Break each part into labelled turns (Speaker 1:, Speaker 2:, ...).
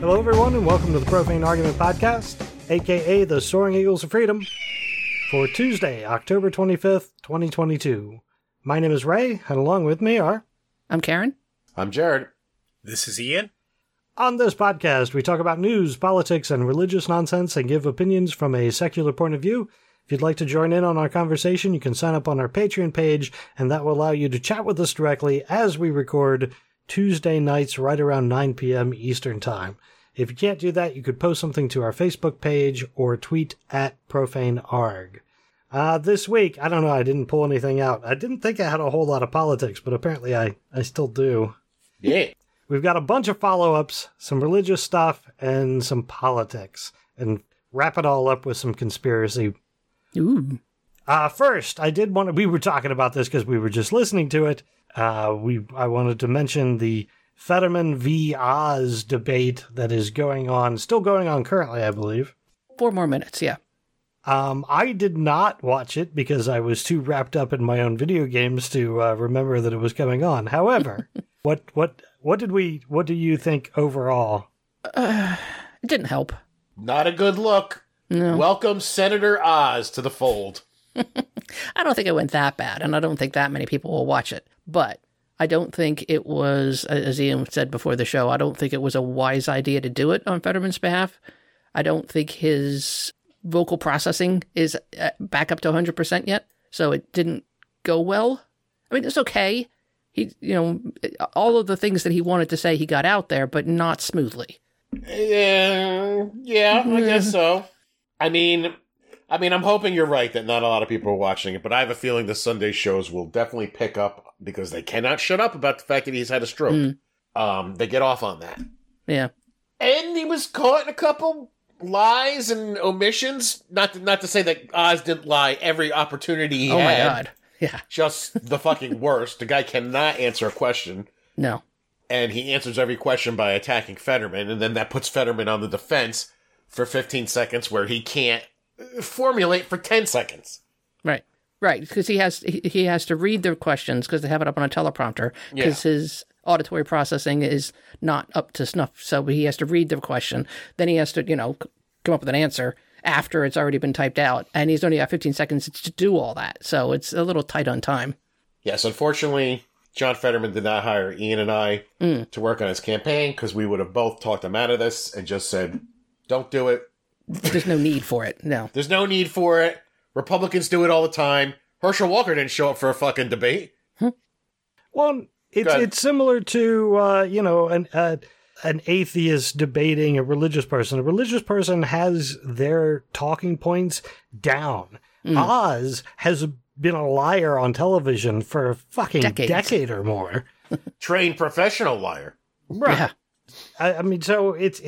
Speaker 1: Hello, everyone, and welcome to the Profane Argument Podcast, aka the Soaring Eagles of Freedom, for Tuesday, October 25th, 2022. My name is Ray, and along with me are.
Speaker 2: I'm Karen.
Speaker 3: I'm Jared.
Speaker 4: This is Ian.
Speaker 1: On this podcast, we talk about news, politics, and religious nonsense and give opinions from a secular point of view. If you'd like to join in on our conversation, you can sign up on our Patreon page, and that will allow you to chat with us directly as we record Tuesday nights right around 9 p.m. Eastern Time. If you can't do that, you could post something to our Facebook page or tweet at profanearg. Uh, this week, I don't know, I didn't pull anything out. I didn't think I had a whole lot of politics, but apparently I, I still do.
Speaker 3: Yeah.
Speaker 1: We've got a bunch of follow ups, some religious stuff, and some politics, and wrap it all up with some conspiracy.
Speaker 2: Ooh.
Speaker 1: Uh, first, I did want to, we were talking about this because we were just listening to it. Uh, we I wanted to mention the Fetterman v. Oz debate that is going on, still going on currently, I believe.
Speaker 2: Four more minutes, yeah.
Speaker 1: Um, I did not watch it because I was too wrapped up in my own video games to uh, remember that it was coming on. However, what what what did we what do you think overall?
Speaker 2: It didn't help.
Speaker 3: Not a good look. Welcome Senator Oz to the fold.
Speaker 2: I don't think it went that bad, and I don't think that many people will watch it. But I don't think it was, as Ian said before the show, I don't think it was a wise idea to do it on Fetterman's behalf. I don't think his vocal processing is uh, back up to 100% yet, so it didn't go well. I mean, it's okay. He, you know, all of the things that he wanted to say, he got out there, but not smoothly.
Speaker 3: Yeah, yeah, I guess so. I mean, I mean, I'm hoping you're right that not a lot of people are watching it, but I have a feeling the Sunday shows will definitely pick up because they cannot shut up about the fact that he's had a stroke. Um, they get off on that,
Speaker 2: Yeah.
Speaker 3: and he was caught in a couple lies and omissions. Not to, not to say that Oz didn't lie every opportunity he
Speaker 2: Oh my
Speaker 3: had.
Speaker 2: God. Yeah.
Speaker 3: Just the fucking worst. The guy cannot answer a question.
Speaker 2: No.
Speaker 3: and he answers every question by attacking Fetterman, and then that puts Fetterman on the defense for 15 seconds where he can't uh, formulate for 10 seconds.
Speaker 2: Right. Right, because he has he he has to read the questions because they have it up on a teleprompter because his auditory processing is not up to snuff. So he has to read the question, then he has to you know c- come up with an answer after it's already been typed out, and he's only got 15 seconds to do all that. So it's a little tight on time.
Speaker 3: Yes, unfortunately, John Fetterman did not hire Ian and I to work on his campaign because we would have both talked him out of this and just said, don't do it.
Speaker 2: There's no need for it. No,
Speaker 3: There's no need for it. Republicans do it all the time. Herschel Walker didn't show up for a fucking debate.
Speaker 1: Well, it's
Speaker 3: ahead.
Speaker 1: it's similar to uh, you know an uh, an atheist debating a religious person. A religious person has their talking points down.
Speaker 2: Mm.
Speaker 1: Oz has been a liar on television for a fucking
Speaker 2: Decades.
Speaker 1: decade or more.
Speaker 3: Trained professional liar.
Speaker 1: Right.
Speaker 2: Yeah.
Speaker 1: I, I mean, so it's.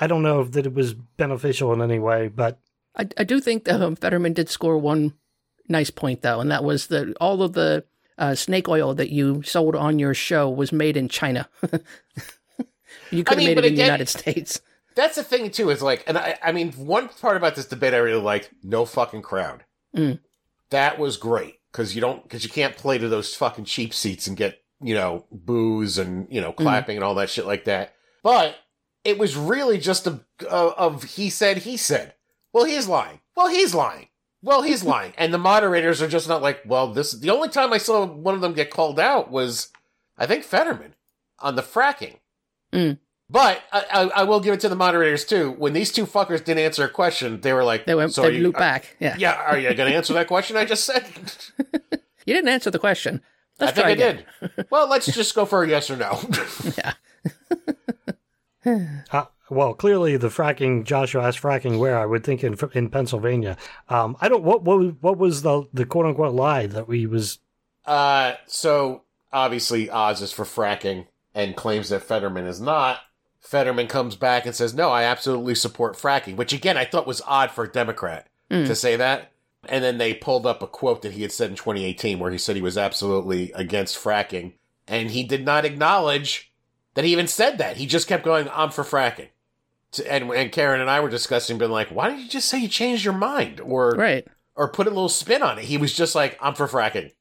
Speaker 1: I don't know that it was beneficial in any way, but
Speaker 2: I, I do think that um, Fetterman did score one nice point though, and that was that all of the uh, snake oil that you sold on your show was made in China. you could have
Speaker 3: mean,
Speaker 2: made it
Speaker 3: but
Speaker 2: in the
Speaker 3: again-
Speaker 2: United States.
Speaker 3: That's the thing too is like, and I, I mean, one part about this debate I really liked: no fucking crowd.
Speaker 2: Mm.
Speaker 3: That was great because you don't because you can't play to those fucking cheap seats and get you know boos and
Speaker 2: Mm.
Speaker 3: you know clapping and all that shit like that. But it was really just a, a of he said he said. Well, he's lying. Well, he's lying. Well, he's lying. And the moderators are just not like, well, this. The only time I saw one of them get called out was, I think Fetterman on the fracking.
Speaker 2: Mm.
Speaker 3: But I, I, I will give it to the moderators too. When these two fuckers didn't answer a question, they were like,
Speaker 2: They went
Speaker 3: so
Speaker 2: they
Speaker 3: are you-
Speaker 2: looped
Speaker 3: are-
Speaker 2: back. Yeah.
Speaker 3: yeah, are you going to answer that question I just said?
Speaker 2: You didn't answer the question.
Speaker 3: I
Speaker 2: Let's
Speaker 3: think
Speaker 2: try
Speaker 3: I
Speaker 2: again.
Speaker 3: did. Well, let's just go for a yes or no.
Speaker 1: uh, well, clearly the fracking. Joshua asked fracking where I would think in in Pennsylvania. Um, I don't. What what what was the the quote unquote lie that we was
Speaker 3: uh, so obviously Oz is for fracking and claims that Fetterman is not. Fetterman comes back and says, no, I absolutely support fracking, which again, I thought was odd for a Democrat to say that. And then they pulled up a quote that he had said in 2018 where he said he was absolutely against fracking. And he did not acknowledge that he even said that. He just kept going, I'm for fracking. To- And, and Karen and I were discussing, being like, why did you just say you changed your mind? Or,
Speaker 2: Right.
Speaker 3: or put a little spin on it. He was just like, I'm for fracking.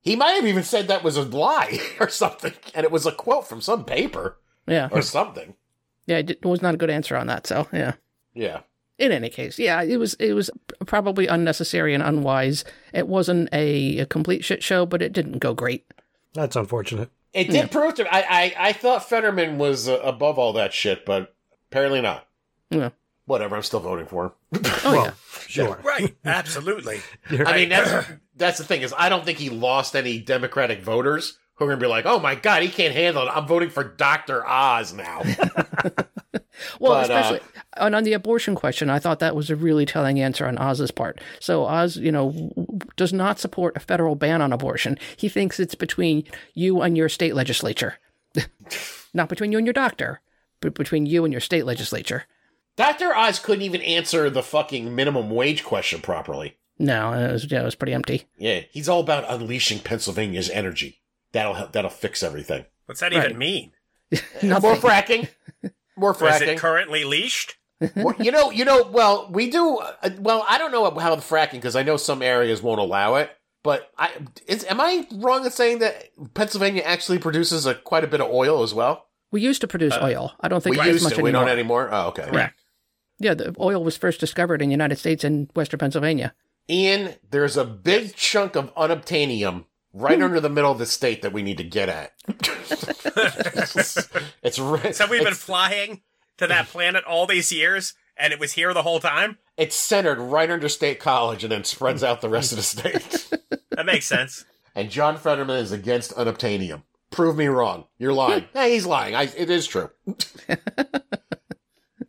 Speaker 3: He might have even said that was a lie or something. And it was a quote from some paper
Speaker 2: Yeah.
Speaker 3: or something.
Speaker 2: Yeah, it was not a good answer on that. So yeah.
Speaker 3: Yeah.
Speaker 2: In any case, yeah, it was it was probably unnecessary and unwise. It wasn't a, a complete shit show, but it didn't go great.
Speaker 1: That's unfortunate.
Speaker 3: It did
Speaker 2: Yeah.
Speaker 3: prove to I, I I thought Fetterman was uh, above all that shit, but apparently not.
Speaker 2: Yeah.
Speaker 3: Whatever, I'm still voting for him.
Speaker 2: Oh
Speaker 1: well,
Speaker 2: yeah.
Speaker 1: sure.
Speaker 4: Right. Absolutely.
Speaker 1: You're-
Speaker 3: I mean, that's that's the thing is, I don't think he lost any Democratic voters who are going to be like, "Oh my God, he can't handle it. I'm voting for Doctor Oz now."
Speaker 2: Well,
Speaker 3: But, uh,
Speaker 2: especially and on the abortion question, I thought that was a really telling answer on Oz's part. So Oz, you know, w- w- does not support a federal ban on abortion. He thinks it's between you and your state legislature, not between you and your doctor, but between you and your state legislature.
Speaker 3: Doctor Oz couldn't even answer the fucking minimum wage question properly.
Speaker 2: No, it was, yeah, it was pretty empty.
Speaker 3: Yeah, he's all about unleashing Pennsylvania's energy. That'll help, that'll fix everything.
Speaker 4: What's that
Speaker 2: Right.
Speaker 4: even mean?
Speaker 2: Nothing.
Speaker 3: More fracking. More
Speaker 4: Is it
Speaker 3: fracking.
Speaker 4: currently leashed?
Speaker 3: Well, you know, you know. Well, we do. Uh, well, I don't know how the fracking because I know some areas won't allow it. But I is am I wrong in saying that Pennsylvania actually produces a, quite a bit of oil as well?
Speaker 2: we used to produce oil. I don't think
Speaker 3: Uh, we
Speaker 2: as
Speaker 3: used
Speaker 2: much
Speaker 3: to. We
Speaker 2: anymore.
Speaker 3: don't anymore. Oh, okay.
Speaker 2: Correct. yeah, the oil was first discovered in the United States in Western Pennsylvania.
Speaker 3: Ian, there's a big chunk of unobtainium right under the middle of the state that we need to get at. it's, it's ri-
Speaker 4: So we've been
Speaker 3: it's,
Speaker 4: flying to that planet all these years, and it was here the whole time.
Speaker 3: it's centered right under State College and then spreads out the rest of the state.
Speaker 4: That makes sense.
Speaker 3: and John Fetterman is against unobtainium. Prove me wrong. You're lying. hey, he's lying. I, it is true.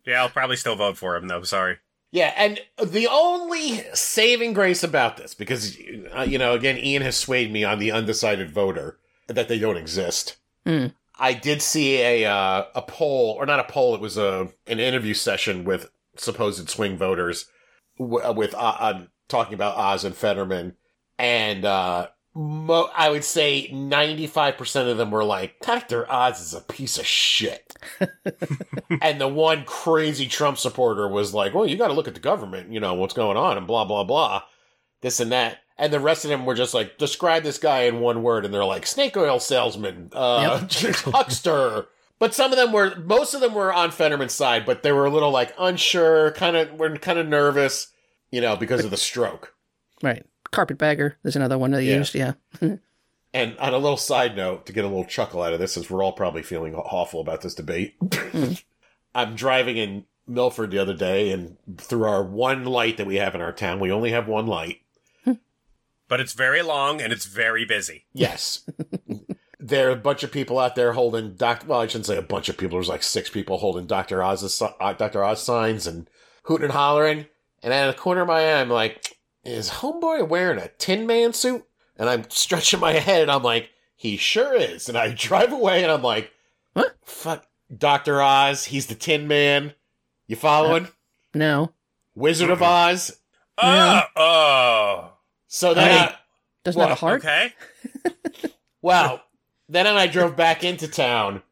Speaker 4: Yeah, I'll probably still vote for him though. Sorry.
Speaker 3: Yeah, and the only saving grace about this, because uh, you know, again, Ian has swayed me on the undecided voter that they don't exist.
Speaker 2: Mm.
Speaker 3: I did see a uh, a poll, or not a poll. It was a an interview session with supposed swing voters, w- uh, with uh, uh, talking about Oz and Fetterman, and uh, mo- I would say ninety five percent of them were like, "Doctor Oz is a piece of shit." and the one crazy Trump supporter was like, "Well, you got to look at the government, you know what's going on, and blah blah blah, this and that." And the rest of them were just like, "Describe this guy in one word," and they're like, "Snake oil salesman, uh, huckster." But some of them were, most of them were on Fetterman's side, but they were a little like unsure, kind of, were kind of nervous, you know, because of the stroke.
Speaker 2: Right. Carpetbagger is another one they
Speaker 3: Yeah.
Speaker 2: used. Yeah.
Speaker 3: And on a little side note, to get a little chuckle out of this, since we're all probably feeling awful about this debate, I'm driving in Milford the other day, and through our one light that we have in our town, we only have one light.
Speaker 4: But it's very long and it's very busy.
Speaker 3: Yes. there are a bunch of people out there holding Dr. Well, I shouldn't say a bunch of people. There's like six people holding Dr. Oz's, si- uh, Dr. Oz signs and hooting and hollering. And out of the corner of my eye, I'm like, is homeboy wearing a Tin Man suit? And I'm stretching my head and I'm like, he sure is. And I drive away and I'm like,
Speaker 2: What?
Speaker 3: Fuck, Dr. Oz. He's the Tin Man. You following?
Speaker 2: No.
Speaker 3: Wizard of Oz.
Speaker 4: Oh, oh.
Speaker 3: So then
Speaker 2: Hey.
Speaker 3: I-
Speaker 2: Does
Speaker 3: Well,
Speaker 2: not a heart.
Speaker 4: Okay.
Speaker 3: Wow. then I drove back into town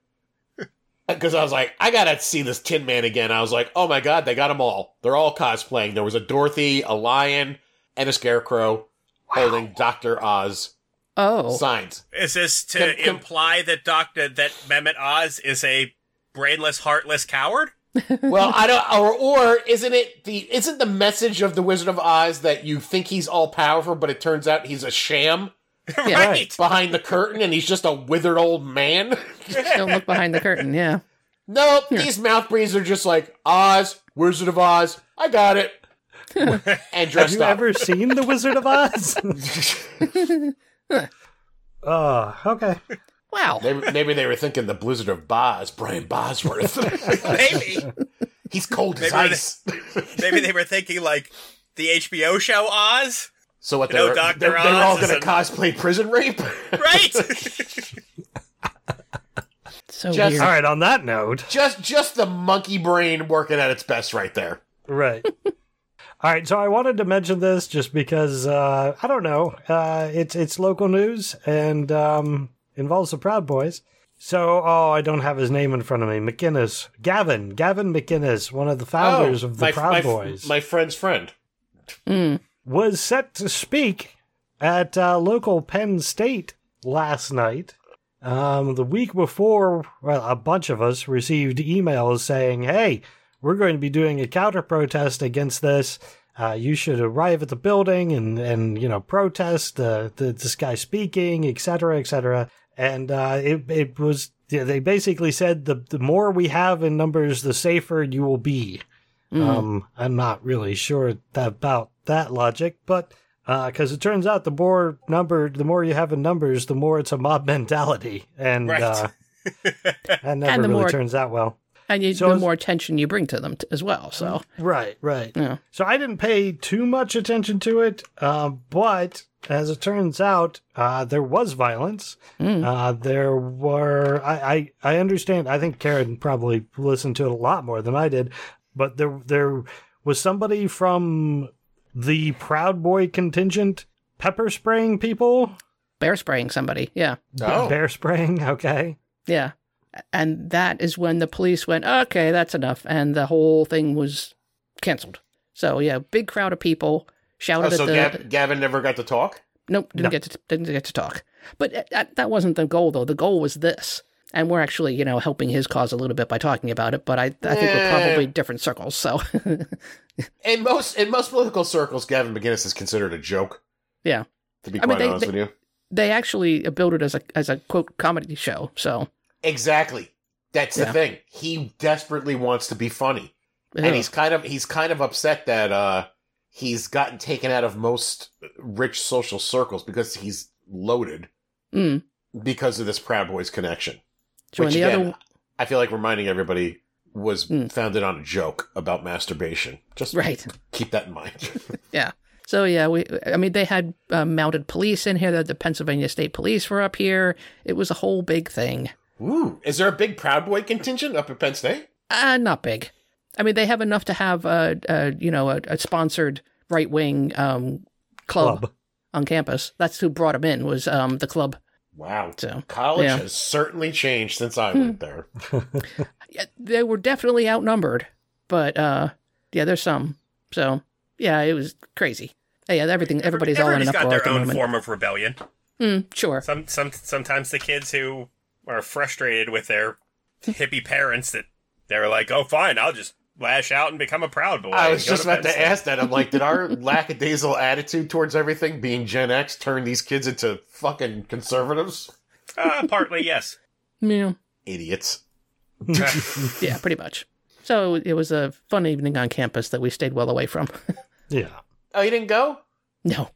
Speaker 3: because I was like, I gotta see this Tin Man again. I was like, oh my god, they got them all. They're all cosplaying. There was a Dorothy, a lion, and a scarecrow holding Doctor Oz
Speaker 2: Oh.
Speaker 3: signs.
Speaker 4: Is this to
Speaker 3: Can- can-
Speaker 4: imply that Doctor that Mehmet Oz is a brainless, heartless coward?
Speaker 3: Well, I don't, or or isn't it the isn't the message of the Wizard of Oz that you think he's all powerful, but it turns out he's a sham
Speaker 2: Yeah.
Speaker 4: right.
Speaker 3: behind the curtain, and he's just a withered old man.
Speaker 2: Don't look behind the curtain. Yeah.
Speaker 3: Nope, these mouth breathers are just like Oz, Wizard of Oz. I got it. and
Speaker 1: Have
Speaker 3: dressed
Speaker 1: you
Speaker 3: up.
Speaker 1: ever seen The Wizard of Oz? uh, okay.
Speaker 2: Wow.
Speaker 3: Maybe, maybe they were thinking the Blizzard of Boz, Brian Bosworth.
Speaker 4: Maybe.
Speaker 3: He's cold as
Speaker 4: Maybe they-
Speaker 3: ice.
Speaker 4: Maybe they were thinking like the HBO show Oz.
Speaker 3: so what?
Speaker 4: You know,
Speaker 3: They're,
Speaker 4: Dr.
Speaker 3: they're, they're
Speaker 4: Oz
Speaker 3: all
Speaker 4: is
Speaker 3: going
Speaker 4: a-
Speaker 3: to cosplay prison rape.
Speaker 4: Right.
Speaker 2: So
Speaker 3: Just-
Speaker 1: All right.
Speaker 2: weird.
Speaker 1: On that note,
Speaker 3: just, just the monkey brain working at its best right there.
Speaker 1: Right. All right, so I wanted to mention this just because uh, I don't know. Uh, it's it's local news and um, involves the Proud Boys. So, oh, I don't have his name in front of me. McInnes, Gavin, Gavin McInnes, one of the founders of the
Speaker 3: Oh, my,
Speaker 1: Proud
Speaker 3: my-
Speaker 1: Boys,
Speaker 3: My friend's friend.
Speaker 2: Mm.
Speaker 1: was set to speak at uh, local Penn State last night Um, the week before, well, a bunch of us received emails saying, hey, we're going to be doing a counter protest against this. Uh, you should arrive at the building and, and you know, protest uh, the, this guy speaking, et cetera, et cetera. And uh, it, it was, yeah, they basically said the, the more we have in numbers, the safer you will be.
Speaker 2: Mm.
Speaker 1: Um, I'm not really sure that, about that logic, but because it turns out the more number, the more you have in numbers, the more it's a mob mentality, and
Speaker 4: Right.
Speaker 1: uh, that never
Speaker 2: And the
Speaker 1: really
Speaker 2: more-
Speaker 1: turns out well.
Speaker 2: and you,
Speaker 1: So
Speaker 2: the
Speaker 1: is-
Speaker 2: more attention you bring to them t- as well. So
Speaker 1: Right, right.
Speaker 2: Yeah.
Speaker 1: So I didn't pay too much attention to it, uh, but as it turns out, uh, there was violence. Uh, there were. I, I I understand. I think Karen probably listened to it a lot more than I did, but there there was somebody from the Proud Boy contingent pepper spraying people.
Speaker 2: bear spraying somebody, yeah,
Speaker 3: Oh.
Speaker 1: Bear spraying. Okay.
Speaker 2: yeah, and that is when the police went, okay, that's enough, and the whole thing was canceled. So yeah, big crowd of people
Speaker 3: Oh,
Speaker 2: shouted
Speaker 3: so
Speaker 2: at the
Speaker 3: Gav- Gavin never got to talk?
Speaker 2: Nope, didn't
Speaker 1: No.
Speaker 2: get to didn't get to talk. But that- that, that wasn't the goal though. The goal was this, and we're actually you know helping his cause a little bit by talking about it. But I I think we're
Speaker 3: Yeah.
Speaker 2: probably different circles. So
Speaker 3: In most in most political circles, Gavin McGinnis is considered a joke.
Speaker 2: Yeah.
Speaker 3: To be
Speaker 2: I mean,
Speaker 3: quite
Speaker 2: they-
Speaker 3: honest
Speaker 2: they-
Speaker 3: with you.
Speaker 2: they actually built it as a as a quote comedy show. So
Speaker 3: Exactly. That's the
Speaker 2: Yeah.
Speaker 3: thing. He desperately wants to be funny. And
Speaker 2: Oh,
Speaker 3: he's kind of he's kind of upset that uh he's gotten taken out of most rich social circles because he's loaded
Speaker 2: mm,
Speaker 3: because of this Proud Boys connection.
Speaker 2: join
Speaker 3: Which,
Speaker 2: the
Speaker 3: again,
Speaker 2: other
Speaker 3: I feel like reminding everybody was
Speaker 2: Mm.
Speaker 3: founded on a joke about masturbation. Just
Speaker 2: right.
Speaker 3: keep that in mind.
Speaker 2: So yeah, we I mean they had uh, mounted police in here. The, the Pennsylvania State Police were up here. It was a whole big thing.
Speaker 3: Ooh, is there a big Proud Boy contingent up at Penn State?
Speaker 2: Uh, not big. I mean, they have enough to have a, a you know a, a sponsored right wing um, club,
Speaker 1: Club.
Speaker 2: on campus. That's who brought him in was um, the club.
Speaker 3: Wow.
Speaker 2: So
Speaker 3: College
Speaker 2: Yeah. Hmm.
Speaker 3: has certainly changed since I went there.
Speaker 2: yeah, they were definitely outnumbered, but uh, yeah, there's some. So yeah, it was crazy. Yeah, everything. Everybody's all in an
Speaker 4: Everybody's
Speaker 2: uproar
Speaker 4: got
Speaker 2: at
Speaker 4: their
Speaker 2: the
Speaker 4: own
Speaker 2: moment.
Speaker 4: form of rebellion.
Speaker 2: Mm, sure.
Speaker 4: Some, some, sometimes the kids who are frustrated with their hippie parents that they're like, "Oh, fine, I'll just lash out and become a proud boy."
Speaker 3: I
Speaker 4: and
Speaker 3: was
Speaker 4: go
Speaker 3: just about
Speaker 4: Penn
Speaker 3: to ask that. I'm like, did our lackadaisical attitude towards everything, being Gen X, turn these kids into fucking conservatives?
Speaker 4: State." Uh, partly, yes.
Speaker 2: Yeah.
Speaker 3: Idiots.
Speaker 2: yeah, pretty much. So it was a fun evening on campus that we stayed well away from.
Speaker 1: Yeah.
Speaker 3: Oh, you didn't go?
Speaker 2: no,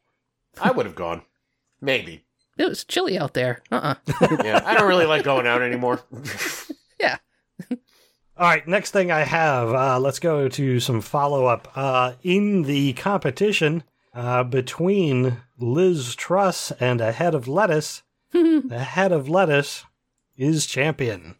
Speaker 3: I would have gone. Maybe.
Speaker 2: it was chilly out there. Uh uh
Speaker 3: Yeah, I don't really like going out anymore.
Speaker 1: All right, next thing I have, uh, let's go to some follow up. Uh, in the competition uh, between Liz Truss and a head of lettuce, the head of lettuce is champion.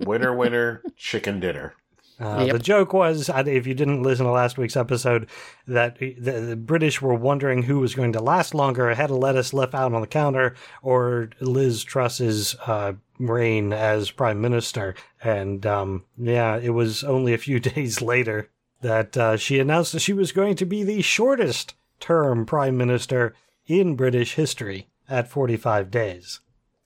Speaker 3: winner, winner, chicken dinner.
Speaker 1: Uh,
Speaker 2: Yep.
Speaker 1: The joke was, I- if you didn't listen to last week's episode, that the, the British were wondering who was going to last longer, a head of lettuce left out on the counter, or Liz Truss's uh, reign as prime minister. And um, yeah, it was only a few days later that uh, she announced that she was going to be the shortest term prime minister in British history at 45 days.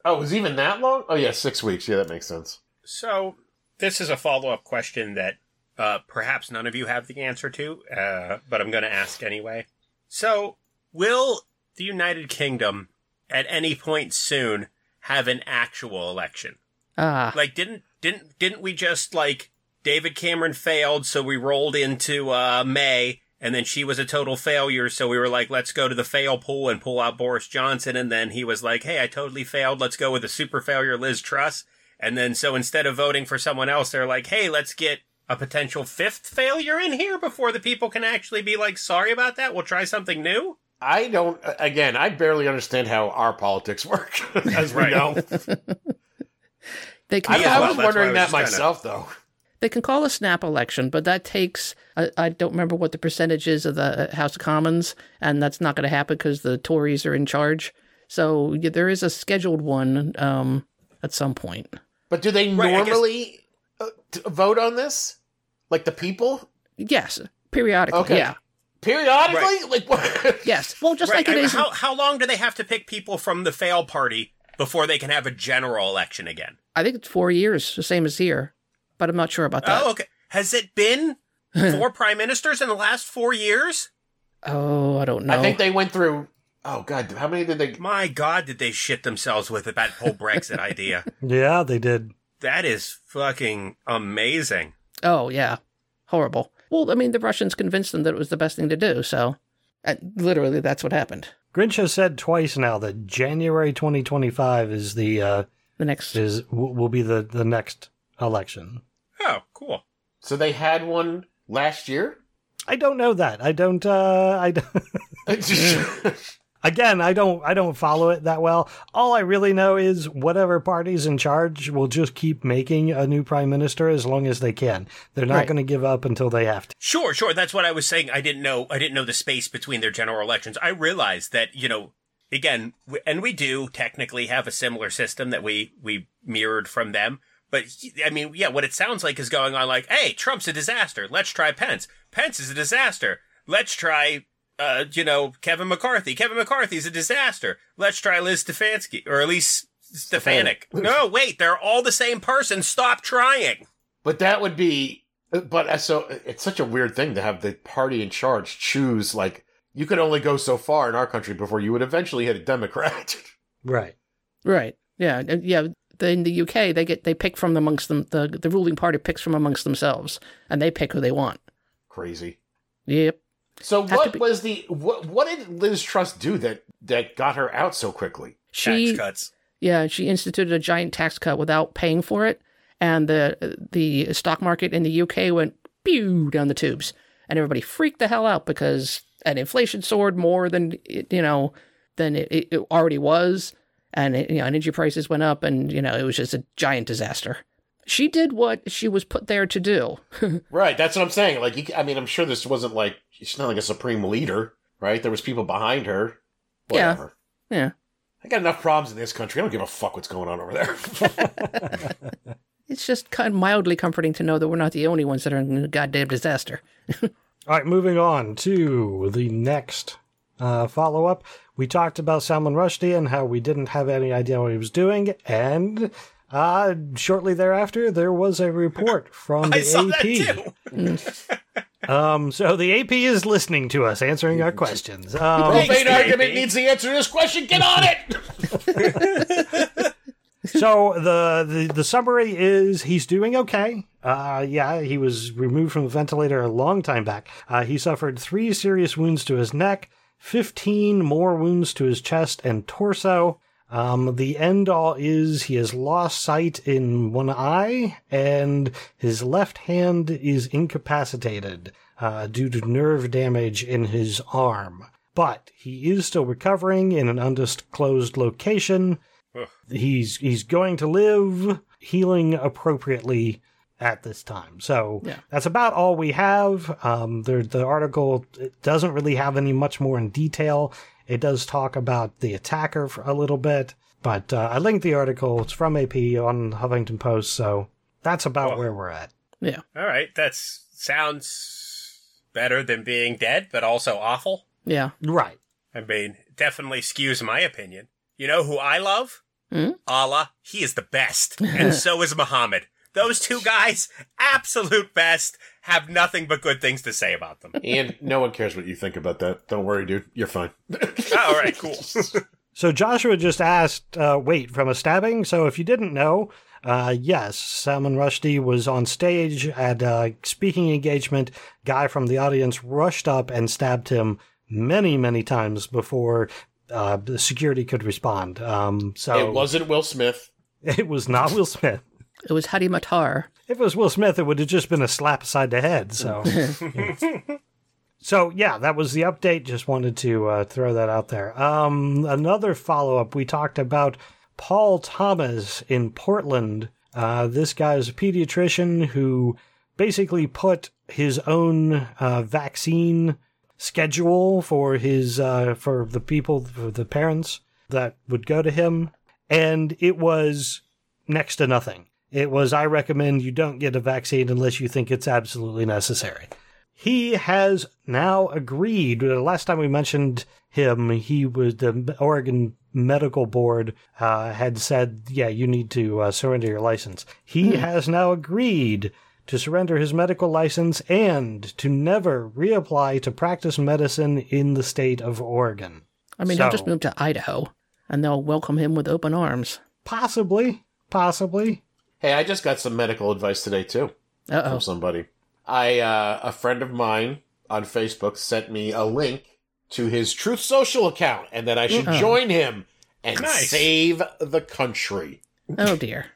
Speaker 3: Oh, it was even that long? Oh, yeah, six weeks. Yeah, that makes sense.
Speaker 4: So, this is a follow up question that uh, perhaps none of you have the answer to, uh, but I'm going to ask anyway. So, will the United Kingdom at any point soon have an actual election?
Speaker 2: Ah,
Speaker 4: Like, didn't didn't didn't we just like David Cameron failed, so we rolled into uh, May, and then she was a total failure, so we were like, let's go to the fail pool and pull out Boris Johnson, and then he was like, hey, I totally failed, let's go with a super failure, Liz Truss, and then so instead of voting for someone else, they're like, hey, let's get a potential fifth failure in here before the people can actually be like, sorry about that, we'll try something new.
Speaker 3: I don't, again, I barely understand how our politics work, as we
Speaker 4: Right.
Speaker 3: know.
Speaker 2: they
Speaker 3: I,
Speaker 2: can
Speaker 3: I
Speaker 4: Yeah, well,
Speaker 3: was
Speaker 4: that's why I
Speaker 3: wondering
Speaker 4: was
Speaker 3: that
Speaker 4: just kinda-
Speaker 3: myself, though.
Speaker 2: they can call a snap election, but that takes I, I don't remember what the percentage is of the House of Commons, and that's not going to happen because the Tories are in charge. So yeah, there is a scheduled one um, at some point.
Speaker 3: But do they
Speaker 4: Right, I guess-
Speaker 3: normally uh t vote on this? Like the people?
Speaker 2: Yes, periodically.
Speaker 3: Okay.
Speaker 2: Yeah.
Speaker 3: Periodically?
Speaker 4: Right.
Speaker 3: Like what?
Speaker 2: Yes. Well, just
Speaker 4: Right,
Speaker 2: like it
Speaker 4: I-
Speaker 2: is.
Speaker 4: how, how long do they have to pick people from the fail party before they can have a general election again.
Speaker 2: I think it's four years, the same as here, but I'm not sure about that.
Speaker 4: Oh, okay. Has it been four prime ministers in the last four years?
Speaker 2: Oh, I don't know.
Speaker 3: I think they went through. Oh God, how many did they?
Speaker 4: My God, did they shit themselves with that whole Brexit idea?
Speaker 1: Yeah, they did.
Speaker 4: That is fucking amazing.
Speaker 2: oh, yeah. Horrible. Well, I mean, the Russians convinced them that it was the best thing to do, so uh, literally that's what happened.
Speaker 1: Grinch has said twice now that January 2025 is the uh,
Speaker 2: The next.
Speaker 1: is w- will be the the next election.
Speaker 4: Oh, cool.
Speaker 3: So they had one last year.
Speaker 1: I don't know that. I don't. Uh, I don't again. I don't. I don't follow it that well. All I really know is whatever party's in charge will just keep making a new prime minister as long as they can. They're not
Speaker 2: Right.
Speaker 1: going to give up until they have to.
Speaker 4: Sure, sure. That's what I was saying. I didn't know. I didn't know the space between their general elections. I realized that you know, again, w- and we do technically have a similar system that we we mirrored from them. But I mean, yeah, what it sounds like is going on like, hey, Trump's a disaster. Let's try Pence. Pence is a disaster. Let's try, uh, you know, Kevin McCarthy. Kevin McCarthy's a disaster. Let's try Liz Stefanski or at least Stefanik. no, wait, they're all the same person. Stop trying.
Speaker 3: But that would be, but uh, so it's such a weird thing to have the party in charge choose. Like you could only go so far in our country before you would eventually hit a Democrat.
Speaker 1: Right.
Speaker 2: Right. Yeah. uh, Yeah. The- In the UK, they get they pick from amongst them. The, the ruling party picks from amongst themselves, and they pick who they want.
Speaker 3: Crazy.
Speaker 2: Yep.
Speaker 3: So
Speaker 2: Has to
Speaker 3: what
Speaker 2: be-
Speaker 3: was the what? What did Liz Truss do that that got her out so quickly?
Speaker 2: She
Speaker 4: Tax cuts.
Speaker 2: yeah she instituted a giant tax cut without paying for it, and the the stock market in the UK went pew down the tubes, and everybody freaked the hell out because and inflation soared more than it, you know than it, it it already was, and it, you know energy prices went up, and you know it was just a giant disaster. She did what she was put there to do.
Speaker 3: Right. That's what I'm saying. Like, you, ca- I mean, I'm sure this wasn't like she's not like a supreme leader, right? There was people behind her.
Speaker 2: Yeah.
Speaker 3: Whatever.
Speaker 2: Yeah.
Speaker 3: I got enough problems in this country. I don't give a fuck what's going on over there.
Speaker 2: It's just kind of mildly comforting to know that we're not the only ones that are in a goddamn disaster.
Speaker 1: All right, moving on to the next uh, follow up. We talked about Salman Rushdie and how we didn't have any idea what he was doing, and uh, shortly thereafter, there was a report from the
Speaker 4: I saw
Speaker 1: AP.
Speaker 4: that too.
Speaker 1: Um, so the AP is listening to us, answering our questions. Um,
Speaker 4: Thanks,
Speaker 3: Main argument
Speaker 4: JP.
Speaker 3: needs the answer to this question. Get on it.
Speaker 1: so the, the the summary is he's doing okay. Uh, yeah, he was removed from the ventilator a long time back. Uh, he suffered three serious wounds to his neck, fifteen more wounds to his chest and torso. Um, the end all is he has lost sight in one eye and his left hand is incapacitated uh, due to nerve damage in his arm. But he is still recovering in an undisclosed location he's he's going to live healing appropriately at this time so
Speaker 2: Yeah.
Speaker 1: that's about all we have um there the article it doesn't really have any much more in detail it does talk about the attacker for a little bit but uh, i linked the article it's from ap on huffington post so that's about where we're at
Speaker 2: Yeah.
Speaker 4: All right, that sounds better than being dead, but also awful.
Speaker 2: Yeah.
Speaker 1: right
Speaker 4: I mean, definitely skews my opinion. You know who I love?
Speaker 2: Hmm?
Speaker 4: Allah. He is the best, and so is Muhammad. Those two guys, absolute best, have nothing but good things to say about them.
Speaker 3: And no one cares what you think about that. Don't worry, dude. You're fine.
Speaker 4: All right, cool.
Speaker 1: So Joshua just asked, uh, wait, from a stabbing? So if you didn't know, uh, yes, Salman Rushdie was on stage at a speaking engagement. Guy from the audience rushed up and stabbed him many, many times before uh, the security could respond. Um, so
Speaker 3: It wasn't Will Smith.
Speaker 1: it was not Will Smith.
Speaker 2: It was Hadi Matar.
Speaker 1: If it was Will Smith, it would have just been a slap aside the head. So, so yeah, that was the update. Just wanted to uh, throw that out there. Um, another follow up. We talked about Paul Thomas in Portland. Uh, this guy is a pediatrician who basically put his own uh, vaccine schedule for his uh, for the people for the parents that would go to him, and it was next to nothing. It was, I recommend you don't get a vaccine unless you think it's absolutely necessary. He uh, has now agreed. The Last time we mentioned him, he was the Oregon medical board uh, had said, yeah, you need to uh, surrender your license. He has now agreed to surrender his medical license and to never reapply to practice medicine in the state of Oregon.
Speaker 2: I mean, he'll
Speaker 1: So-
Speaker 2: just move to Idaho and they'll welcome him with open arms.
Speaker 1: Possibly, possibly.
Speaker 3: Hey, I just got some medical advice today too
Speaker 2: Uh
Speaker 3: from
Speaker 2: oh.
Speaker 3: somebody. I uh, a friend of mine on Facebook sent me a link to his Truth Social account, and that I should
Speaker 2: Uh-oh.
Speaker 3: join him and
Speaker 4: Nice.
Speaker 3: save the country.
Speaker 2: Oh dear.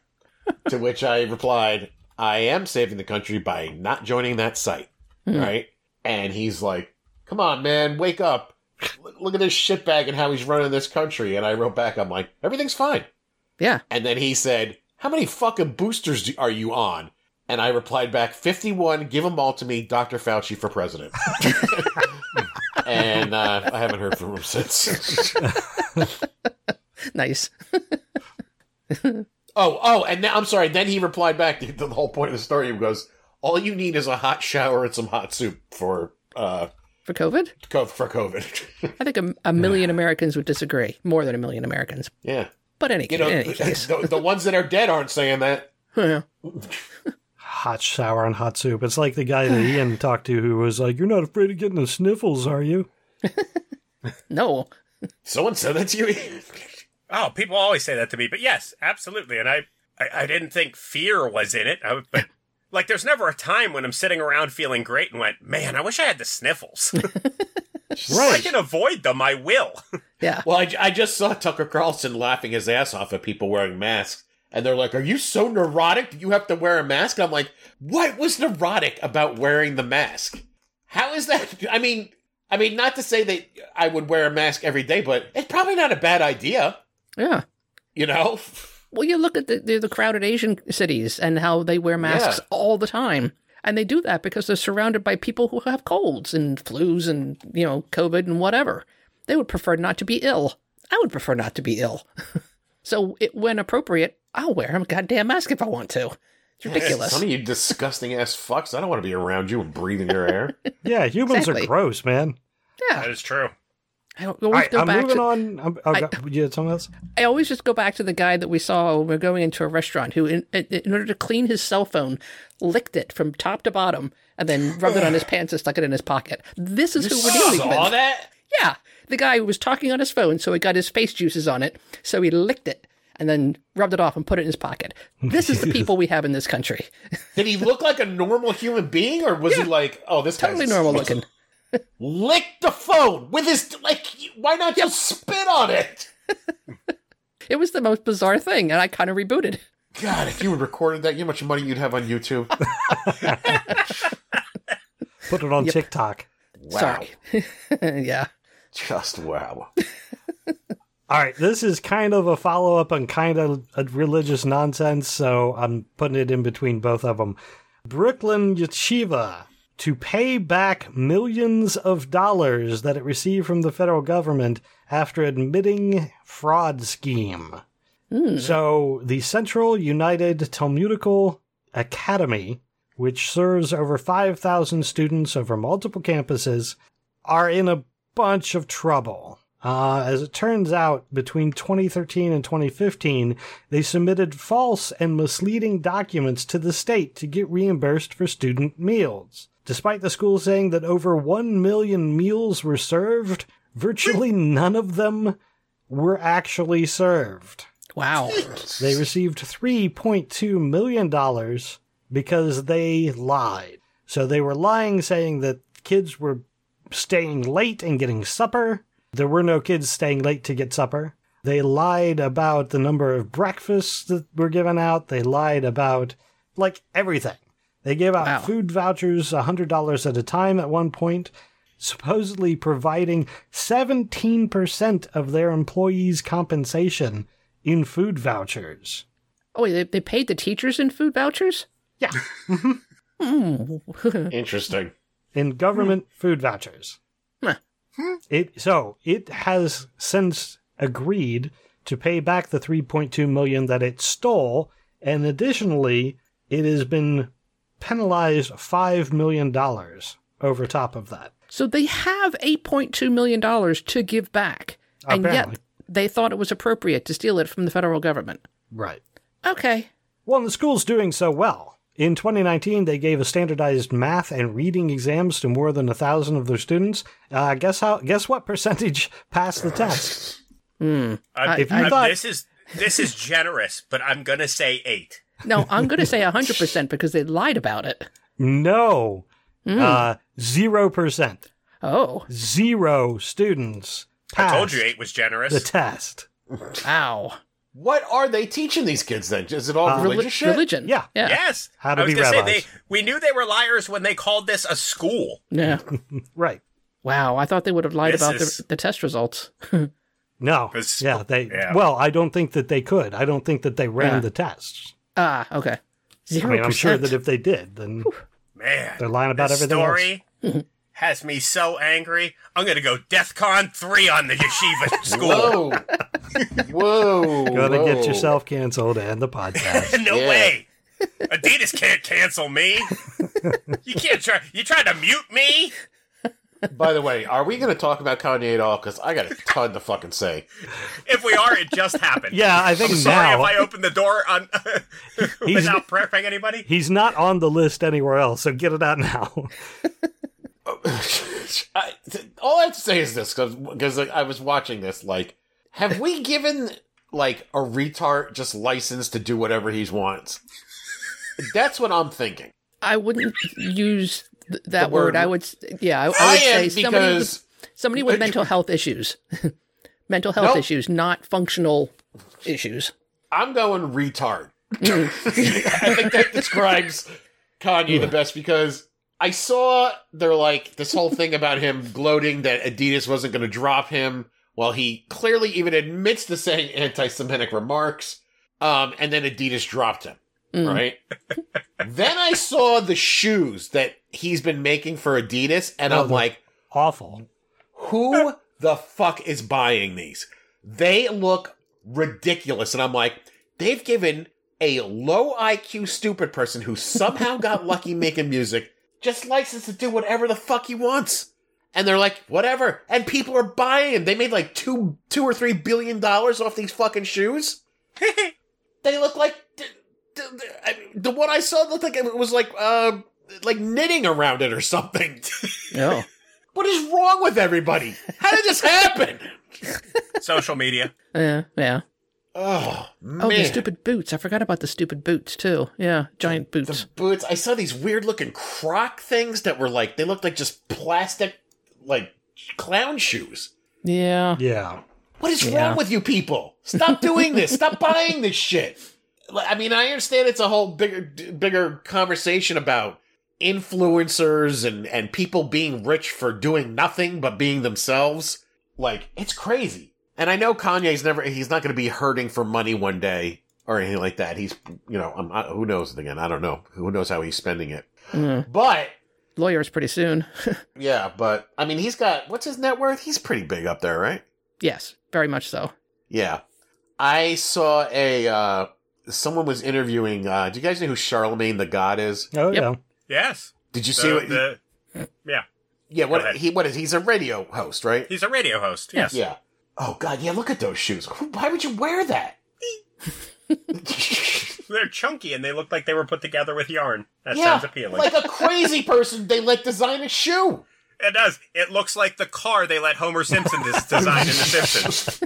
Speaker 3: to which I replied, I am saving the country by not joining that site.
Speaker 2: Hmm.
Speaker 3: Right? And he's like, Come on, man, wake up. L- Look at this shitbag and how he's running this country. And I wrote back, I'm like, Everything's fine.
Speaker 2: Yeah.
Speaker 3: And then he said, How many fucking boosters do- are you on? And I replied back, 51, give them all to me, Dr. Fauci for president. and uh, I haven't heard from him since.
Speaker 2: Nice.
Speaker 3: Oh, oh, and now, I'm sorry. Then he replied back. The, the whole point of the story goes: all you need is a hot shower and some hot soup for uh
Speaker 2: For COVID?
Speaker 3: co- for COVID.
Speaker 2: I think a, a million Americans would disagree. More than a million Americans.
Speaker 3: yeah,
Speaker 2: But any,
Speaker 3: you know,
Speaker 2: in any case.
Speaker 3: the, the ones that are dead aren't saying that.
Speaker 2: Yeah.
Speaker 1: Hot shower and hot soup. It's like the guy that Ian talked to who was like, You're not afraid of getting the sniffles, are you?
Speaker 2: no.
Speaker 3: Someone said that to you.
Speaker 4: Oh, people always say that to me, but yes, absolutely. And I, I, I didn't think fear was in it, I, would- but like, there's never a time when I'm sitting around feeling great and went, man, I wish I had the sniffles. I can avoid them. I will.
Speaker 2: Yeah.
Speaker 3: Well, I, I just saw Tucker Carlson laughing his ass off at people wearing masks, and they're like, "Are you so neurotic that you have to wear a mask?" I'm like, "What was neurotic about wearing the mask? How is that? I mean, I mean, not to say that I would wear a mask every day, but it's probably not a bad idea,
Speaker 2: Yeah.
Speaker 3: you know."
Speaker 2: Well, you look at the, the, the crowded Asian cities and how they wear masks
Speaker 3: Yeah.
Speaker 2: all the time. And they do that because they're surrounded by people who have colds and flus and, you know, COVID and whatever. They would prefer not to be ill. I would prefer not to be ill. so, it, when appropriate, I'll wear a goddamn mask if I want to. It's ridiculous.
Speaker 3: Some of you disgusting ass fucks. I don't want to be around you and breathing your air.
Speaker 1: Yeah, humans
Speaker 2: Exactly.
Speaker 1: are gross, man.
Speaker 2: yeah.
Speaker 4: is true.
Speaker 2: I always
Speaker 1: All right,
Speaker 2: go
Speaker 1: I'm
Speaker 2: back
Speaker 1: moving
Speaker 2: to,
Speaker 1: on. I'm, oh, God, you had something else?
Speaker 2: I always just go back to the guy that we saw when we were going into a restaurant who, in, in in order to clean his cell phone, licked it from top to bottom and then rubbed it on his pants and stuck it in his pocket. This is who we're dealing
Speaker 3: Saw
Speaker 2: with.
Speaker 3: that?
Speaker 2: Yeah. The guy who was talking on his phone, so he got his face juices on it, so he licked it and then rubbed it off and put it in his pocket. This is the people we have in this country.
Speaker 3: Did he look like a normal human being, or was he like, "Oh, this
Speaker 2: Totally
Speaker 3: guy's
Speaker 2: normal looking.
Speaker 3: Lick the phone with his like. Why not just spit on it?
Speaker 2: It was the most bizarre thing, and I kind of rebooted.
Speaker 3: God, if you had recorded that, you know how much money you'd have on YouTube.
Speaker 1: Put it on
Speaker 2: Yep.
Speaker 1: TikTok.
Speaker 3: Wow.
Speaker 2: Sorry. yeah.
Speaker 3: Just wow.
Speaker 1: All right, this is kind of a follow up on kind of a religious nonsense, so I'm putting it in between both of them. Brooklyn Yeshiva to pay back millions of dollars that it received from the federal government after admitting fraud scheme. So, the Central United Talmudical Academy, which serves over 5,000 students over multiple campuses, are in a bunch of trouble. Uh, as it turns out, between 2013 and 2015, they submitted false and misleading documents to the state to get reimbursed for student meals. Despite the school saying that over 1 million meals were served, virtually none of them were actually served.
Speaker 2: Wow.
Speaker 1: They received $3.2 million because they lied. So they were lying, saying that kids were staying late and getting supper. There were no kids staying late to get supper. They lied about the number of breakfasts that were given out. They lied about, like, everything. They gave out
Speaker 2: Wow.
Speaker 1: food vouchers $100 at a time at one point, supposedly providing 17% of their employees' compensation in food vouchers.
Speaker 2: Oh, wait, they, they paid the teachers in food vouchers?
Speaker 1: Yeah.
Speaker 2: Mm.
Speaker 3: Interesting.
Speaker 1: in government food vouchers.
Speaker 2: Huh.
Speaker 1: It so it has since agreed to pay back the 3.2 million that it stole, and additionally, it has been penalized five million dollars over top of that.
Speaker 2: So they have $8.2 million to give back. And yet
Speaker 1: Apparently.
Speaker 2: they thought it was appropriate to steal it from the federal government.
Speaker 5: Right.
Speaker 2: Okay.
Speaker 1: Well, and the school's doing so well. In 2019, they gave a standardized math and reading exams to more than a thousand of their students. Uh, guess how? Guess what percentage passed the test?
Speaker 4: I,
Speaker 1: If you
Speaker 4: I-
Speaker 1: thought-
Speaker 4: Uh, this is this is generous, but I'm gonna say eight.
Speaker 2: No, I'm going to say 100% because they lied about it.
Speaker 1: No,
Speaker 2: Mm.
Speaker 1: Uh, zero percent.
Speaker 2: Oh,
Speaker 1: Zero students passed
Speaker 4: I told you eight was generous.
Speaker 1: the test.
Speaker 2: wow.
Speaker 3: What are they teaching these kids then? Is it all
Speaker 1: Uh,
Speaker 3: religious
Speaker 2: Reli-
Speaker 3: shit?
Speaker 2: Religion.
Speaker 1: Yeah.
Speaker 2: Yeah.
Speaker 4: yes,
Speaker 1: How to
Speaker 4: I was
Speaker 1: be
Speaker 4: gonna say
Speaker 1: rabbis.
Speaker 4: they. We knew they were liars when they called this a school.
Speaker 2: Yeah.
Speaker 1: Right.
Speaker 2: Wow. I thought they would have lied
Speaker 4: This
Speaker 2: about
Speaker 4: is-
Speaker 2: the, the test results.
Speaker 1: No.
Speaker 4: 'Cause-
Speaker 1: Yeah. They.
Speaker 4: yeah.
Speaker 1: Well, I don't think that they could. I don't think that they ran
Speaker 2: Yeah.
Speaker 1: the tests.
Speaker 2: ah,
Speaker 1: I
Speaker 2: okay. Zero
Speaker 1: mean, I'm sure
Speaker 2: percent.
Speaker 1: that if they did, then
Speaker 4: Man,
Speaker 1: They're lying about
Speaker 4: this
Speaker 1: everything
Speaker 4: Story has me so angry. I'm gonna go DEFCON three on the yeshiva school.
Speaker 3: Whoa. Oh. Whoa.
Speaker 1: gonna
Speaker 3: whoa.
Speaker 1: get yourself canceled and the podcast.
Speaker 4: no
Speaker 3: Yeah.
Speaker 4: way. Adidas can't cancel me. you can't try. You tried to mute me.
Speaker 3: By the way, are we going to talk about Kanye at all? Because I got a ton to fucking say.
Speaker 4: If we are, it just happened.
Speaker 1: yeah, I think
Speaker 4: I'm sorry
Speaker 1: now
Speaker 4: if I opened the door on
Speaker 1: He's-
Speaker 4: without prepping anybody.
Speaker 1: he's not on the list anywhere else. So get it out now.
Speaker 3: I, th- all I have to say is this because like, I was watching this. Like, have we given like a retard just license to do whatever he wants? That's what I'm thinking.
Speaker 2: I wouldn't use th- that
Speaker 3: The
Speaker 2: word.
Speaker 3: word.
Speaker 2: I would, s- yeah, I, I would
Speaker 3: I,
Speaker 2: say
Speaker 3: am
Speaker 2: somebody with,
Speaker 3: because
Speaker 2: somebody with mental health issues, mental health
Speaker 3: Nope.
Speaker 2: issues, not functional issues.
Speaker 3: I'm going retard. I think that describes Kanye the best because I saw they're like this whole thing about him gloating that Adidas wasn't going to drop him while he clearly even admits to saying anti-Semitic remarks. Um, and then Adidas dropped him,
Speaker 2: Mm.
Speaker 3: right? then I saw the shoes that he's been making for Adidas, and
Speaker 1: Oh,
Speaker 3: I'm
Speaker 1: the-
Speaker 3: like,
Speaker 1: Awful.
Speaker 3: who the fuck is buying these? They look ridiculous. And I'm like, they've given a low IQ stupid person who somehow got lucky making music just license to do whatever the fuck he wants. And they're like, whatever. And people are buying. 'em. They made like two, two or three billion dollars off these fucking shoes. they look like d- d- d- I mean, the one I saw looked like it was like, uh, like knitting around it or something.
Speaker 2: Oh,
Speaker 3: What is wrong with everybody? How did this happen?
Speaker 4: Social media.
Speaker 2: yeah, yeah.
Speaker 3: Oh man!
Speaker 2: Oh, the stupid boots. I forgot about the stupid boots too. Yeah, giant boots.
Speaker 3: The boots. I saw these weird looking croc things that were like they looked like just plastic, like clown shoes.
Speaker 2: yeah.
Speaker 1: Yeah.
Speaker 3: What is
Speaker 2: Yeah.
Speaker 3: wrong with you people? Stop doing this. Stop buying this shit. Like, I mean, I understand it's a whole bigger, d- bigger conversation about influencers and and people being rich for doing nothing but being themselves. Like it's crazy. And I know Kanye's never. He's not going to be hurting for money one day or anything like that. He's, you know, I'm, I, who knows? Again, I don't know. Who knows how he's spending it?
Speaker 2: Mm.
Speaker 3: But
Speaker 2: Lawyers pretty soon.
Speaker 3: yeah, but I mean, he's got what's his net worth? He's pretty big up there, right?
Speaker 2: yes, very much so.
Speaker 3: Yeah. I saw a uh someone was interviewing uh do you guys know who Charlemagne the God is?
Speaker 1: Oh
Speaker 2: Yep.
Speaker 1: yeah.
Speaker 4: Yes.
Speaker 3: Did you
Speaker 4: The-
Speaker 3: see what
Speaker 4: the-
Speaker 3: Yeah,
Speaker 4: Uh, go
Speaker 3: what
Speaker 4: ahead.
Speaker 3: he what is he's a radio host, right?
Speaker 4: he's a radio host. Yes.
Speaker 3: Yeah. Oh god, yeah, look at those shoes. Who- Why would you wear that?
Speaker 4: They're chunky and they look like they were put together with yarn. That
Speaker 3: yeah,
Speaker 4: sounds appealing.
Speaker 3: Like a crazy person they let design a shoe.
Speaker 4: it does. It looks like the car they let Homer Simpson des- design in The Simpsons.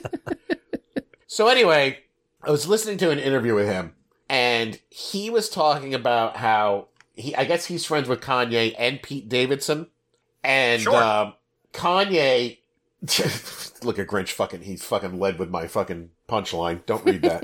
Speaker 3: So anyway, I was listening to an interview with him, and he was talking about how he, I guess he's friends with Kanye and Pete Davidson, and
Speaker 4: Sure.
Speaker 3: um, Kanye. Look at Grinch, fucking, he fucking led with my fucking punchline. Don't read that.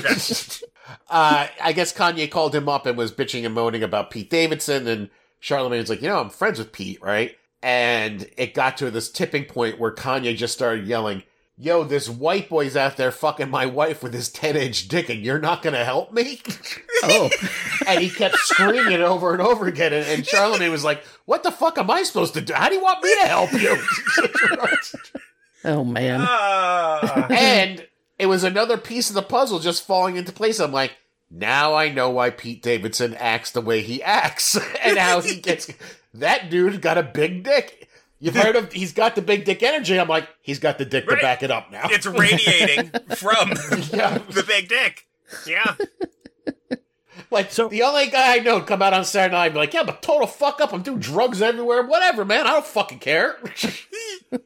Speaker 3: Uh, I guess Kanye called him up and was bitching and moaning about Pete Davidson, and Charlemagne's like, you know, I'm friends with Pete, right? And it got to this tipping point where Kanye just started yelling, yo, this white boy's out there fucking my wife with his 10 inch dick and you're not gonna help me?
Speaker 2: Oh,
Speaker 3: and he kept screaming it over and over again. And, and Charlemagne was like, what the fuck am I supposed to do? How do you want me to help you?
Speaker 2: oh man.
Speaker 4: Ah.
Speaker 3: and it was another piece of the puzzle just falling into place. I'm like, now I know why Pete Davidson acts the way he acts and how he gets. That dude got a big dick. You've heard of he's got the big dick energy. I'm like, he's got the dick
Speaker 4: Right.
Speaker 3: to back it up now.
Speaker 4: It's radiating from
Speaker 3: yeah.
Speaker 4: the big dick. Yeah.
Speaker 3: Like
Speaker 1: So-
Speaker 3: the only guy I know come out on Saturday night and be like, yeah, but total fuck up. I'm doing drugs everywhere. Whatever, man. I don't fucking care.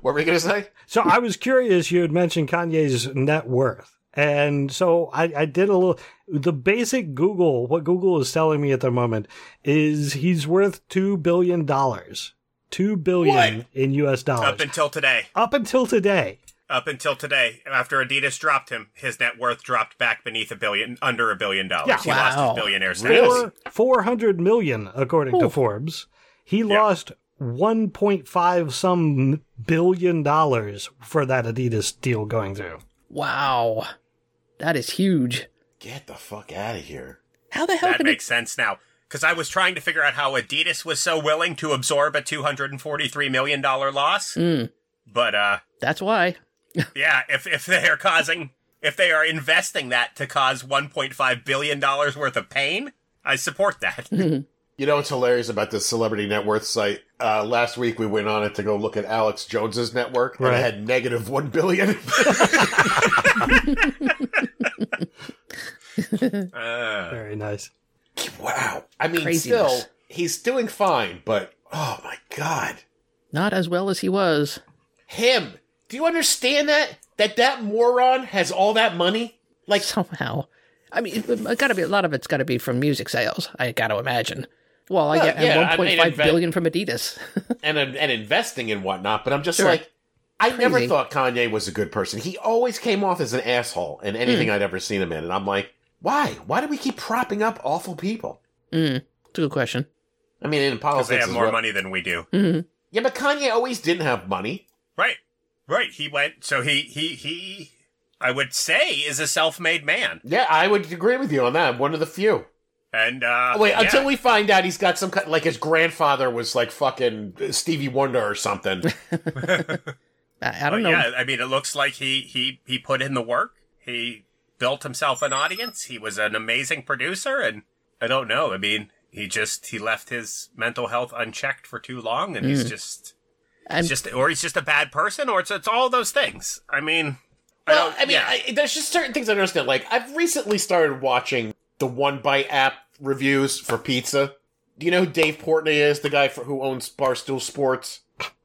Speaker 3: what were you gonna say?
Speaker 1: So I was curious. You had mentioned Kanye's net worth, and so I, I did a little. The basic Google, what Google is telling me at the moment is he's worth two billion dollars, two billion
Speaker 4: What?
Speaker 1: in U.S. dollars
Speaker 4: Up until today.
Speaker 1: Up until today.
Speaker 4: Up until today, after Adidas dropped him, his net worth dropped back beneath a billion, under a billion dollars.
Speaker 1: Yeah.
Speaker 4: He lost
Speaker 2: Wow.
Speaker 4: his billionaire status.
Speaker 1: Four, 400 million, according to Forbes. He lost 1.5 some billion dollars for that Adidas deal going through.
Speaker 2: Wow. That is huge.
Speaker 3: Get the fuck out of here.
Speaker 2: How the hell
Speaker 4: That
Speaker 2: can
Speaker 4: makes sense now. Because I was trying to figure out how Adidas was so willing to absorb a $243 million loss.
Speaker 2: it? Mm,
Speaker 4: But, uh,
Speaker 2: that's why.
Speaker 4: yeah, if, if they are causing, if they are investing that to cause $1.5 billion worth of pain, I support that.
Speaker 3: You know what's hilarious about this celebrity net worth site? Uh, last week we went on it to go look at Alex Jones's network, and
Speaker 1: Right.
Speaker 3: it had negative one billion.
Speaker 4: Uh,
Speaker 1: Very nice.
Speaker 3: wow. I mean,
Speaker 2: Craziness.
Speaker 3: still, he's doing fine, but oh my god,
Speaker 2: Not as well as he was.
Speaker 3: him. Do you understand that? That that moron has all that money. Like
Speaker 2: somehow. I mean, it, it gotta be a lot of it's gotta be from music sales. I gotta imagine. Well, I
Speaker 3: Well,
Speaker 2: get
Speaker 3: yeah, I mean,
Speaker 2: one point five
Speaker 3: in fact-
Speaker 2: billion from Adidas.
Speaker 3: and um, and investing and whatnot. But I'm just
Speaker 2: Sure.
Speaker 3: like, I never
Speaker 2: Crazy.
Speaker 3: thought Kanye was a good person. He always came off as an asshole in anything I'd ever seen him in, and I'm like, why? Why do we keep propping up awful people?
Speaker 2: mm, it's a good question.
Speaker 3: I mean, in
Speaker 4: Because
Speaker 3: politics,
Speaker 4: they have
Speaker 3: as
Speaker 4: more
Speaker 3: well.
Speaker 4: money than we do.
Speaker 2: hmm
Speaker 3: Yeah, but Kanye always didn't have money.
Speaker 4: Right. Right. He went, so he, he, he, I would say is a self-made man.
Speaker 3: Yeah, I would agree with you on that. One of the few.
Speaker 4: And, uh.
Speaker 3: Oh, wait,
Speaker 4: yeah.
Speaker 3: until we find out he's got some kind, like his grandfather was like fucking Stevie Wonder or something.
Speaker 2: I, I don't
Speaker 4: But
Speaker 2: know.
Speaker 4: Yeah, I mean, it looks like he he he put in the work. He built himself an audience. He was an amazing producer, and I don't know. I mean, he just he left his mental health unchecked for too long, and
Speaker 3: Hmm.
Speaker 4: he's just
Speaker 2: And-
Speaker 4: he's just or he's just a bad person, or it's it's all those things. I mean, I
Speaker 3: Well,
Speaker 4: don't,
Speaker 3: I, mean,
Speaker 4: yeah.
Speaker 3: I, there's just certain things I don't understand. Like, I've recently started watching the One Bite app reviews for pizza. Do you know who Dave Portnoy is? The guy for, who owns Barstool Sports.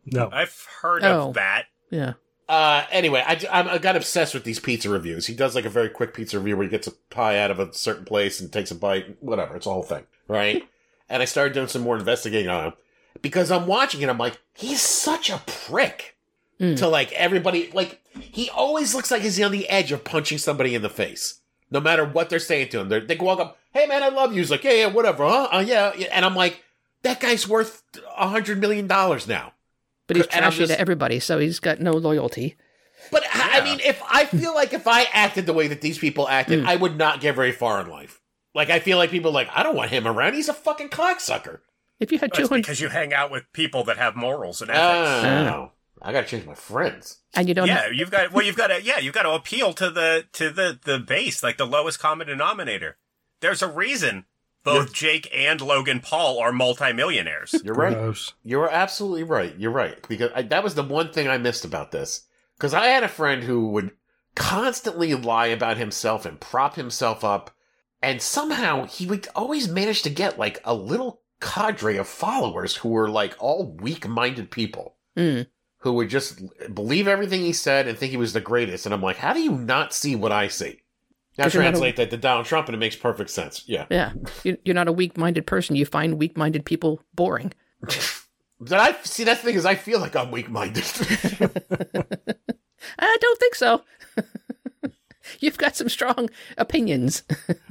Speaker 1: No.
Speaker 4: I've heard
Speaker 2: Oh.
Speaker 4: of that.
Speaker 2: yeah.
Speaker 3: Uh, anyway, I, am I got obsessed with these pizza reviews. He does like a very quick pizza review where he gets a pie out of a certain place and takes a bite, whatever. It's a whole thing, right? and I started doing some more investigating on him because I'm watching it. I'm like, he's such a prick
Speaker 2: Mm.
Speaker 3: to like everybody. Like he always looks like he's on the edge of punching somebody in the face, no matter what they're saying to him. They're, they walk up, "Hey man, I love you." He's like, "Yeah, yeah, whatever, huh? Uh, yeah, yeah." And I'm like, that guy's worth a hundred million dollars now.
Speaker 2: But he's
Speaker 3: And I'm
Speaker 2: trashy
Speaker 3: just-
Speaker 2: to everybody, so he's got no loyalty.
Speaker 3: But I I mean, if I feel like if I acted the way that these people acted, I would not get very far in life. Like I feel like people are like I don't want him around. He's a fucking cocksucker.
Speaker 2: If you had two
Speaker 4: It's
Speaker 2: hundred
Speaker 4: because you hang out with people that have morals and ethics.
Speaker 3: Oh, I gotta change my friends.
Speaker 2: and you don't,
Speaker 4: yeah, you've got well, you've got to yeah, you've got to appeal to the to the the base, like the lowest common denominator. There's a reason both Jake and Logan Paul are multimillionaires.
Speaker 3: You're right.
Speaker 1: Gross.
Speaker 3: You are absolutely right. You're right because I, that was the one thing I missed about this. Because I had a friend who would constantly lie about himself and prop himself up, and somehow he would always manage to get like a little cadre of followers who were like all weak-minded people
Speaker 2: Mm.
Speaker 3: who would just believe everything he said and think he was the greatest. And I'm like, how do you not see what I see? Now
Speaker 2: 'Cause you're not a-
Speaker 3: translate that to Donald Trump, and it makes perfect sense. Yeah.
Speaker 2: yeah, You- you're not a weak-minded person. You find weak-minded people boring.
Speaker 3: But I see that's the thing is I feel like I'm weak-minded.
Speaker 2: I don't think so. You've got some strong opinions.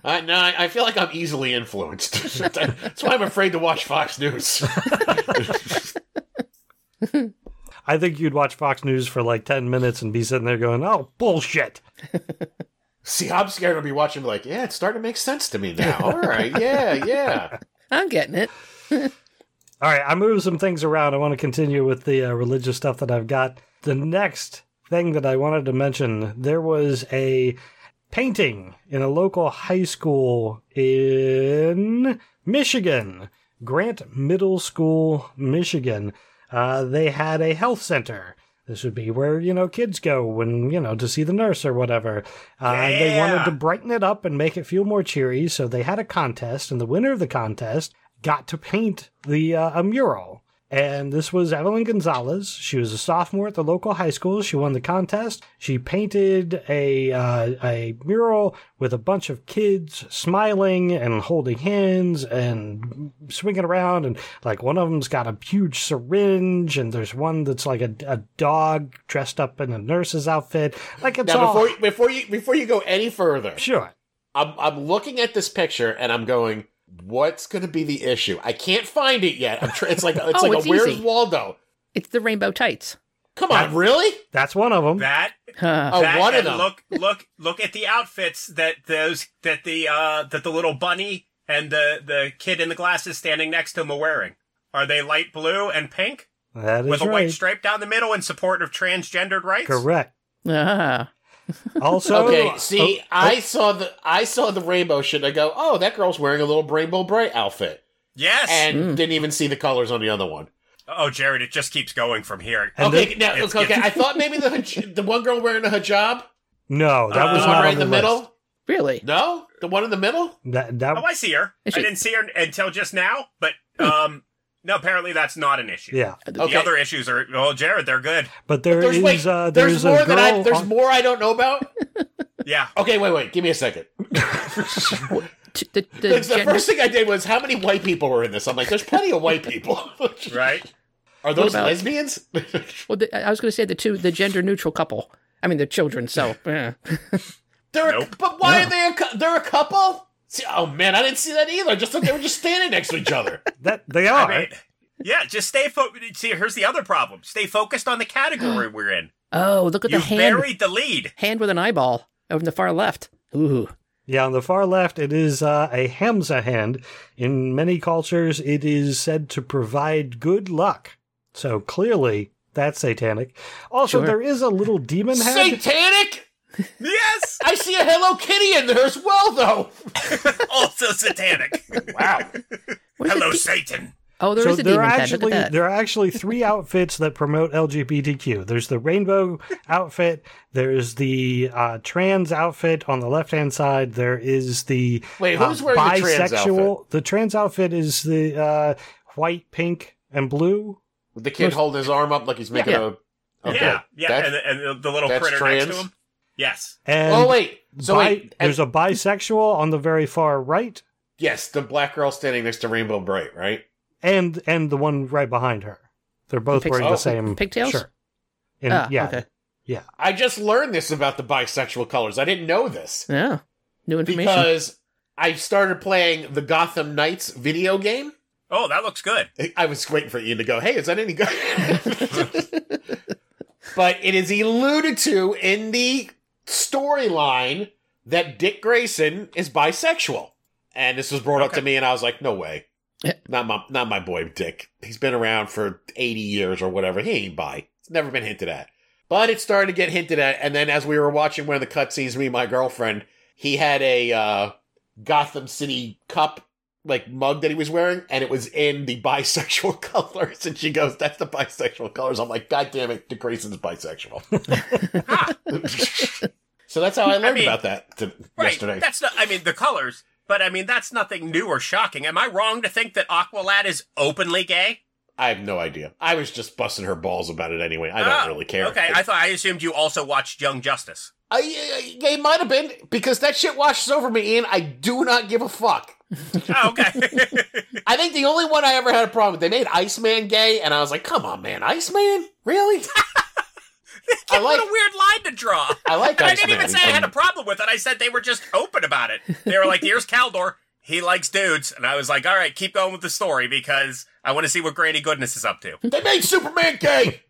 Speaker 3: I no, I, I feel like I'm easily influenced. That's why I'm afraid to watch Fox News.
Speaker 1: I think you'd watch Fox News for like 10 minutes and be sitting there going, oh, bullshit.
Speaker 3: See, I'm scared to be watching. Like, yeah, it's starting to make sense to me now. All right, yeah, yeah.
Speaker 2: I'm getting it.
Speaker 1: All right, I moved some things around. I want to continue with the uh, religious stuff that I've got. The next thing that I wanted to mention there was a painting in a local high school in Michigan, Grant Middle School, Michigan. uh, they had a health center. This would be where, you know, kids go when, you know, to see the nurse or whatever. Uh, and They wanted
Speaker 4: Yeah.
Speaker 1: to brighten it up and make it feel more cheery, so they had a contest, and the winner of the contest got to paint the uh, a mural. And this was Evelyn Gonzalez. She was a sophomore at the local high school. She won the contest. She painted a uh, a mural with a bunch of kids smiling and holding hands and swinging around. And like one of them's got a huge syringe, and there's one that's like a, a dog dressed up in a nurse's outfit. Like it's
Speaker 3: Now
Speaker 1: all
Speaker 3: before before you before you go any further,
Speaker 1: sure.
Speaker 3: I'm I'm looking at this picture and I'm going, what's going to be the issue? I can't find it yet. I'm tr- it's like it's
Speaker 2: Oh,
Speaker 3: like
Speaker 2: it's
Speaker 3: a Where's
Speaker 2: easy.
Speaker 3: Waldo?
Speaker 2: It's the rainbow tights.
Speaker 3: Come on, really?
Speaker 1: That's one of them.
Speaker 4: That
Speaker 2: Huh.
Speaker 3: Oh,
Speaker 4: that,
Speaker 3: one of
Speaker 4: and
Speaker 3: them.
Speaker 4: Look, look, look at the outfits that those that the uh that the little bunny and the the kid in the glasses standing next to him are wearing. Are they light blue and pink
Speaker 1: that is
Speaker 4: with a
Speaker 1: right.
Speaker 4: white stripe down the middle in support of transgendered rights?
Speaker 1: Correct.
Speaker 2: Ah.
Speaker 1: Also,
Speaker 3: okay, see,
Speaker 1: oh,
Speaker 3: I saw the I saw the rainbow shit. and I go, oh, that girl's wearing a little rainbow bright outfit,
Speaker 4: Yes.
Speaker 3: and didn't even see the colors on the other one.
Speaker 4: oh, Jared, it just keeps going from here.
Speaker 1: And
Speaker 3: okay,
Speaker 1: then-
Speaker 3: now,
Speaker 4: It's-
Speaker 3: okay,
Speaker 4: it's-
Speaker 3: I thought maybe the hij- the one girl wearing a hijab,
Speaker 1: no, that
Speaker 4: Uh,
Speaker 1: was
Speaker 3: the
Speaker 1: not
Speaker 3: one right
Speaker 1: on
Speaker 3: in
Speaker 1: the,
Speaker 3: the
Speaker 1: list.
Speaker 3: middle.
Speaker 2: Really?
Speaker 3: No, the one in the middle.
Speaker 1: That that
Speaker 4: Oh, I see her.
Speaker 2: Is
Speaker 4: I
Speaker 2: she-
Speaker 4: didn't see her until just now, but um, no, apparently that's not an issue.
Speaker 1: yeah,
Speaker 4: The
Speaker 3: Okay.
Speaker 4: other issues are oh, Jared, they're good.
Speaker 1: but there
Speaker 3: There's
Speaker 1: is,
Speaker 3: wait,
Speaker 1: uh,
Speaker 3: there's,
Speaker 1: a
Speaker 3: more
Speaker 1: girl
Speaker 3: that I there's
Speaker 1: on-
Speaker 3: more I don't know about.
Speaker 4: Yeah.
Speaker 3: Okay, wait, wait, give me a second.
Speaker 2: T- the, the
Speaker 3: Because the
Speaker 2: gender-
Speaker 3: first thing I did was how many white people were in this? I'm like, there's plenty of white people.
Speaker 4: Right.
Speaker 3: Are those
Speaker 2: about-
Speaker 3: lesbians?
Speaker 2: well, the, I was going to say the two, the gender neutral couple. I mean, they're children, so. eh.
Speaker 3: They're
Speaker 4: Nope.
Speaker 3: but why are they? A, cou- they're a couple. See, oh man, I didn't see that either. I just thought they were just standing next to each other.
Speaker 1: that they are.
Speaker 4: I mean, yeah, just stay focused. See, here's the other problem. Stay focused on the category we're in.
Speaker 2: Oh, look at
Speaker 4: You
Speaker 2: the hand.
Speaker 4: buried the lead.
Speaker 2: Hand with an eyeball over the far left. Ooh.
Speaker 1: Yeah, on the far left, it is uh, a Hamza hand. In many cultures, it is said to provide good luck. So clearly, that's satanic. Also,
Speaker 2: Sure.
Speaker 1: there is a little demon head.
Speaker 3: Satanic!
Speaker 4: Yes.
Speaker 3: I see a Hello Kitty in there as well, though.
Speaker 4: also satanic.
Speaker 3: Wow.
Speaker 2: Where's the
Speaker 4: Hello,
Speaker 2: de-
Speaker 4: Satan.
Speaker 2: oh, there is
Speaker 1: so
Speaker 2: a
Speaker 1: there
Speaker 2: demon
Speaker 1: are
Speaker 2: head. Look
Speaker 1: actually
Speaker 2: at that.
Speaker 1: there are actually three outfits that promote LGBTQ. There's the rainbow outfit. There's the uh, trans outfit on the left hand side. There is the
Speaker 3: Wait,
Speaker 1: uh,
Speaker 3: who's wearing the trans outfit?
Speaker 1: The trans outfit is the uh, white, pink, and blue.
Speaker 3: The kid holding his arm up like he's making
Speaker 2: Yeah.
Speaker 3: a. Okay.
Speaker 4: Yeah. Yeah.
Speaker 3: That-
Speaker 4: and, and the, the little
Speaker 3: that's
Speaker 4: critter next
Speaker 3: trans?
Speaker 4: to him. Yes.
Speaker 1: And
Speaker 3: oh wait. So
Speaker 1: bi-
Speaker 3: wait. and-
Speaker 1: there's a bisexual on the very far right,
Speaker 3: yes, the black girl standing next to Rainbow Bright, right?
Speaker 1: and and the one right behind her. They're both
Speaker 2: pix-
Speaker 1: wearing the
Speaker 3: oh,
Speaker 1: same
Speaker 2: pigtails?
Speaker 1: Shirt. And,
Speaker 2: Ah,
Speaker 1: yeah,
Speaker 2: okay.
Speaker 3: I just learned this about the bisexual colors. I didn't know this
Speaker 2: Yeah. New information.
Speaker 3: because I started playing the Gotham Knights video game.
Speaker 4: Oh, that looks good.
Speaker 3: I was waiting for Ian to go, hey, is that any good? but it is alluded to in the storyline that Dick Grayson is bisexual. And this was brought up to me, and I was like, no way.
Speaker 2: Yeah.
Speaker 3: Not my, not my boy Dick. He's been around for 80 years or whatever. He ain't bi. It's never been hinted at. But it started to get hinted at. And then as we were watching one of the cutscenes, me and my girlfriend, he had a uh, Gotham City cup like mug that he was wearing, and it was in the bisexual colors. And she goes, "That's the bisexual colors." I'm like, "God damn it, Dick Grayson's bisexual." so that's how I learned
Speaker 4: I mean,
Speaker 3: about that to,
Speaker 4: Right.
Speaker 3: yesterday.
Speaker 4: That's not. I mean, the colors. But I mean, that's nothing new or shocking. Am I wrong to think that Aqualad is openly gay?
Speaker 3: I have no idea. I was just busting her balls about it anyway. I
Speaker 4: Oh,
Speaker 3: don't really care.
Speaker 4: Okay, I thought I assumed you also watched Young Justice.
Speaker 3: I, I, I- it might have been because that shit washes over me, Ian. I do not give a fuck.
Speaker 4: Oh, okay.
Speaker 3: I think the only one I ever had a problem with, they made Iceman gay, and I was like, "Come on, man, Iceman, really?" I like,
Speaker 4: what a weird line to draw.
Speaker 3: I like.
Speaker 4: And I
Speaker 3: Iceman.
Speaker 4: didn't even say I
Speaker 3: He's
Speaker 4: had a
Speaker 3: from-
Speaker 4: problem with it. I said they were just open about it. They were like, here's Caldor. He likes dudes. And I was like, all right, keep going with the story because I want to see what Granny Goodness is up to.
Speaker 3: They made Superman gay.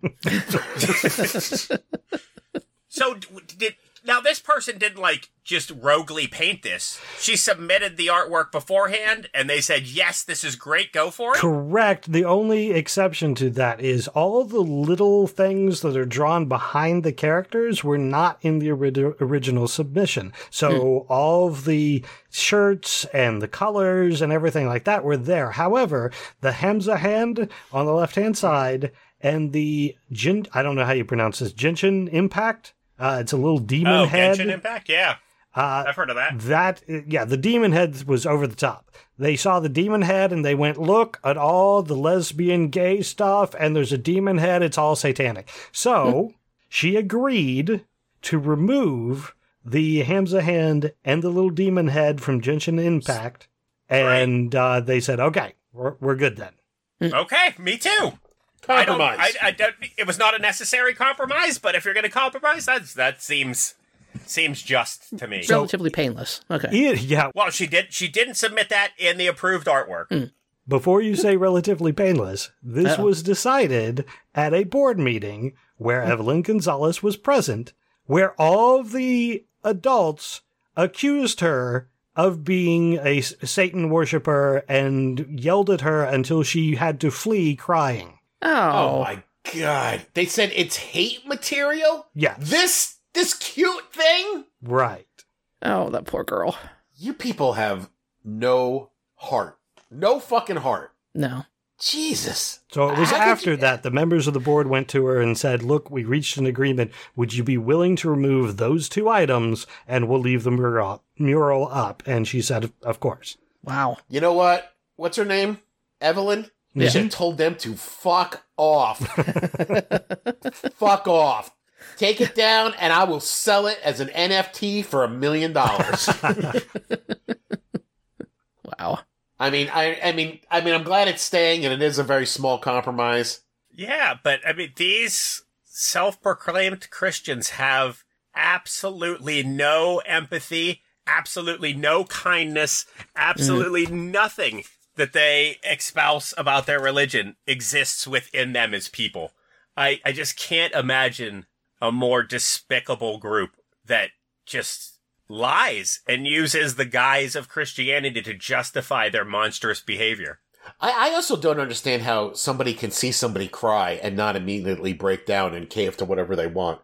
Speaker 4: So d- did, now this person didn't like just roguely paint this. She submitted the artwork beforehand and they said, yes, this is great. Go for it.
Speaker 1: Correct. The only exception to that is all the little things that are drawn behind the characters were not in the ori- original submission. So
Speaker 5: Hmm.
Speaker 1: all of the shirts and the colors and everything like that were there. However, the Hamza hand on the left hand side and the Jin. I don't know how you pronounce this. Genshin Impact. Uh, it's a little demon
Speaker 5: Oh,
Speaker 1: head.
Speaker 5: Genshin Impact. Yeah,
Speaker 1: uh,
Speaker 5: I've heard of that.
Speaker 1: that yeah, the demon head was over the top. They saw the demon head and they went, "Look at all the lesbian gay stuff and there's a demon head, it's all satanic." So, she agreed to remove the Hamza hand and the little demon head from Genshin Impact and uh, they said, "Okay, we're, we're good then."
Speaker 5: Okay, me too. I don't,
Speaker 3: Compromise.
Speaker 5: I, I don't. It was not a necessary compromise, but if you're going to compromise, that that seems seems just to me.
Speaker 2: Relatively painless. Okay.
Speaker 1: It, yeah,
Speaker 5: well, she did. She didn't submit that in the approved artwork.
Speaker 1: Before you say relatively painless, this
Speaker 2: Uh-oh.
Speaker 1: was decided at a board meeting where Evelyn Gonzalez was present, where all of the adults accused her of being a s- Satan worshiper and yelled at her until she had to flee crying.
Speaker 3: oh
Speaker 2: Oh,
Speaker 3: my god! They said it's hate material.
Speaker 1: Yeah,
Speaker 3: This this cute thing.
Speaker 1: right.
Speaker 2: oh, that poor girl.
Speaker 3: You people have no heart. No fucking heart.
Speaker 2: No.
Speaker 3: Jesus.
Speaker 1: So it was
Speaker 3: How could
Speaker 1: after
Speaker 3: you-
Speaker 1: that the members of the board went to her and said, "Look, we reached an agreement. Would you be willing to remove those two items and we'll leave the mural mural up?" And she said, "Of course."
Speaker 2: Wow.
Speaker 3: You know what? What's her name? Evelyn? You
Speaker 2: Yeah.
Speaker 3: should have told them to fuck off. fuck off. Take it down and I will sell it as an NFT for a million dollars.
Speaker 2: Wow.
Speaker 3: I mean, I, I mean, I mean, I'm glad it's staying and it is a very small compromise.
Speaker 5: Yeah, but I mean, these self-proclaimed Christians have absolutely no empathy, absolutely no kindness, absolutely nothing that they espouse about their religion exists within them as people. I, I just can't imagine a more despicable group that just lies and uses the guise of Christianity to justify their monstrous behavior.
Speaker 3: I, I also don't understand how somebody can see somebody cry and not immediately break down and cave to whatever they want.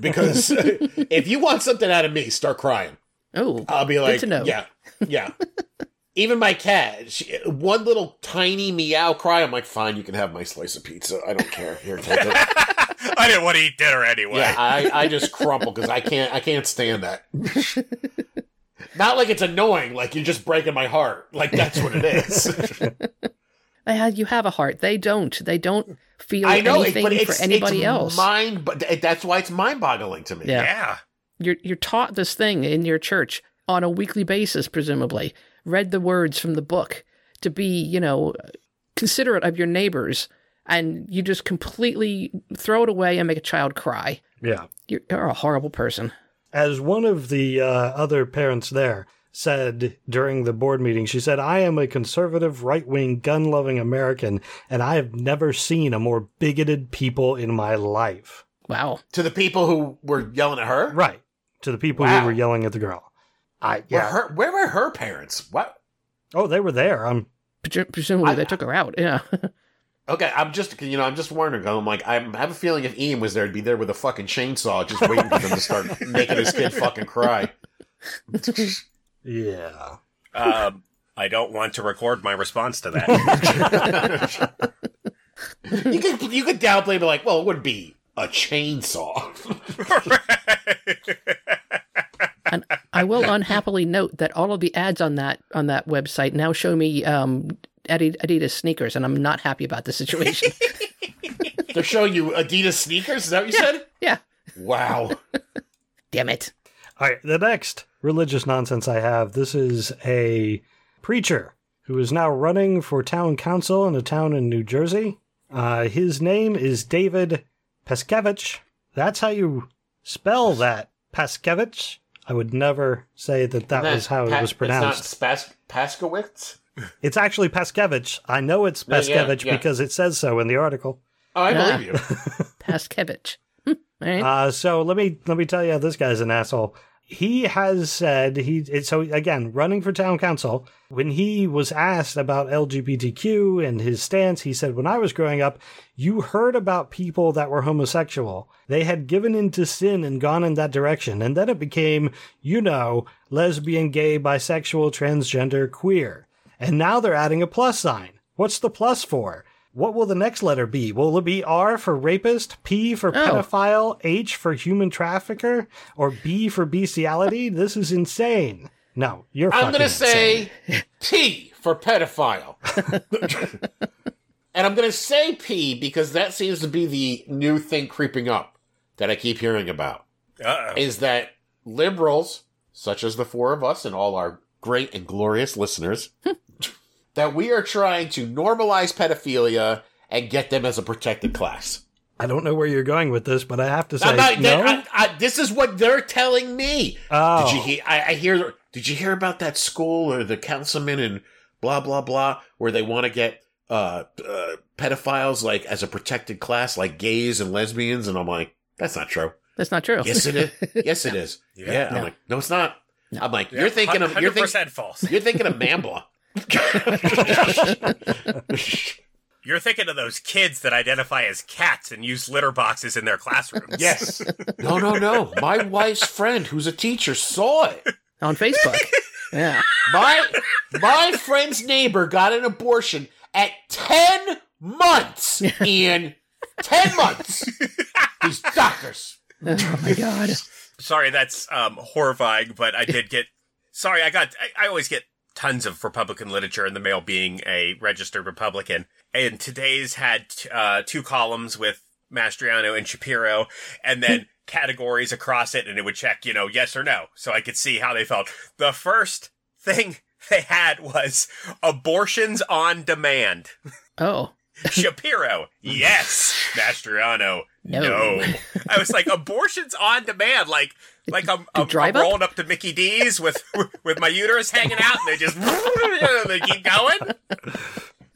Speaker 3: because if you want something out of me, start crying.
Speaker 2: Oh.
Speaker 3: I'll be like,
Speaker 2: to know.
Speaker 3: yeah, yeah. Even my cat, she, one little tiny meow cry. I'm like, fine, you can have my slice of pizza. I don't care. Here, take it.
Speaker 5: I didn't want to eat dinner anyway.
Speaker 3: yeah, I, I just crumple because I can't. I can't stand that. Not like it's annoying. Like you're just breaking my heart. Like that's what it is.
Speaker 2: They had- you have a heart. They don't. They don't feel
Speaker 3: I know, it,
Speaker 2: anything
Speaker 3: but it's
Speaker 2: for anybody
Speaker 3: it's
Speaker 2: else.
Speaker 3: Mind, but th- that's why it's mind-boggling to me.
Speaker 2: Yeah.
Speaker 5: yeah.
Speaker 2: you're you're taught this thing in your church on a weekly basis, presumably. Read the words from the book to be, you know, considerate of your neighbors, and you just completely throw it away and make a child cry.
Speaker 1: Yeah.
Speaker 2: You're, you're a horrible person.
Speaker 1: As one of the uh, other parents there said during the board meeting, she said, I am a conservative, right wing, gun loving American, and I have never seen a more bigoted people in my life.
Speaker 2: Wow.
Speaker 3: To the people who were yelling at her.
Speaker 1: Right. To the people
Speaker 3: Wow.
Speaker 1: who were yelling at the girl. I,
Speaker 3: Were
Speaker 1: yeah.
Speaker 3: her- where were her parents? What?
Speaker 1: Oh, they were there. Um,
Speaker 2: Presu- Presumably,
Speaker 3: I-
Speaker 2: they took her out. Yeah.
Speaker 3: Okay, I'm just you know I'm just wondering. I'm like I'm, I have a feeling if Ian was there, he'd be there with a fucking chainsaw, just waiting for them to start making his kid fucking cry.
Speaker 1: yeah.
Speaker 5: Um, I don't want to record my response to that.
Speaker 3: You could you could downplay, and be like, well, it would be a chainsaw.
Speaker 2: and I will unhappily note that all of the ads on that on that website now show me um, Adi- Adidas sneakers, and I'm not happy about the situation.
Speaker 3: They're showing you Adidas sneakers. Is that what you said?
Speaker 2: yeah.
Speaker 3: Wow.
Speaker 2: Damn it.
Speaker 1: All right. The next religious nonsense I have this is a preacher who is now running for town council in a town in New Jersey. Uh, his name is David Paskevich. That's how you spell that, Paskevich. I would never say that that was how it was pronounced. It's,
Speaker 3: It's not Spas- Paskowitz.
Speaker 1: actually Paskevich. I know it's
Speaker 3: Yeah, yeah,
Speaker 1: Paskevich
Speaker 3: yeah.
Speaker 1: because it says so in the article.
Speaker 3: Oh, I
Speaker 2: Yeah.
Speaker 3: believe you.
Speaker 2: Paskevich. Hmm, all right.
Speaker 1: Uh, so let me let me tell you, how this guy's an asshole. He has said he it- so again running for town council. When he was asked about LGBTQ and his stance, he said, "When I was growing up, you heard about people that were homosexual. They had given into sin and gone in that direction, and then it became, you know, lesbian, gay, bisexual, transgender, queer, and now they're adding a plus sign. What's the plus for?" What will the next letter be? Will it be R for rapist, P
Speaker 3: Oh.
Speaker 1: for pedophile, H for human trafficker, or B for bestiality? this is insane. No, you're.
Speaker 3: I'm
Speaker 1: fucking
Speaker 3: gonna say P for pedophile. and I'm gonna say P because that seems to be the new thing creeping up that I keep hearing about.
Speaker 4: Uh oh.
Speaker 3: Is that liberals, such as the four of us and all our great and glorious listeners, that we are trying to normalize pedophilia and get them as a protected class.
Speaker 1: I don't know where you're going with this, but I have to say
Speaker 3: I'm not-
Speaker 1: no.
Speaker 3: I- I- this is what they're telling me.
Speaker 1: Oh.
Speaker 3: Did you hear? I, I hear. Did you hear about that school or the councilman and blah blah blah, where they want to get uh, uh, pedophiles like as a protected class, like gays and lesbians? And I'm like, that's not true.
Speaker 2: That's not true.
Speaker 3: Yes, it is. Yes, it is. Yeah. I'm
Speaker 2: No.
Speaker 3: like, no, it's not. I'm like, you're thinking of you're
Speaker 4: hundred
Speaker 3: thinking
Speaker 4: percent false.
Speaker 3: you're thinking of Mambla.
Speaker 4: You're thinking of those kids that identify as cats and use litter boxes in their classrooms.
Speaker 3: yes. No, no, no. My wife's friend, who's a teacher, saw it.
Speaker 2: On Facebook. yeah.
Speaker 3: My my friend's neighbor got an abortion at ten months. Ian, ten months. These doctors.
Speaker 2: Oh my god.
Speaker 4: Sorry, that's um, horrifying, but I did get. Sorry, I got. I, I always get tons of Republican literature in the mail, being a registered Republican. And today's had uh, two columns with Mastriano and Shapiro, and then categories across it, and it would check, you know, yes or no, so I could see how they felt. The first thing they had was abortions on demand.
Speaker 2: Oh.
Speaker 4: Shapiro, yes. Mastriano,
Speaker 2: No.
Speaker 4: no. I was like, abortions on demand, like like I'm, I'm,
Speaker 2: drive
Speaker 4: I'm
Speaker 2: up?
Speaker 4: rolling up to Mickey D's with with my uterus hanging out, and they just they keep going.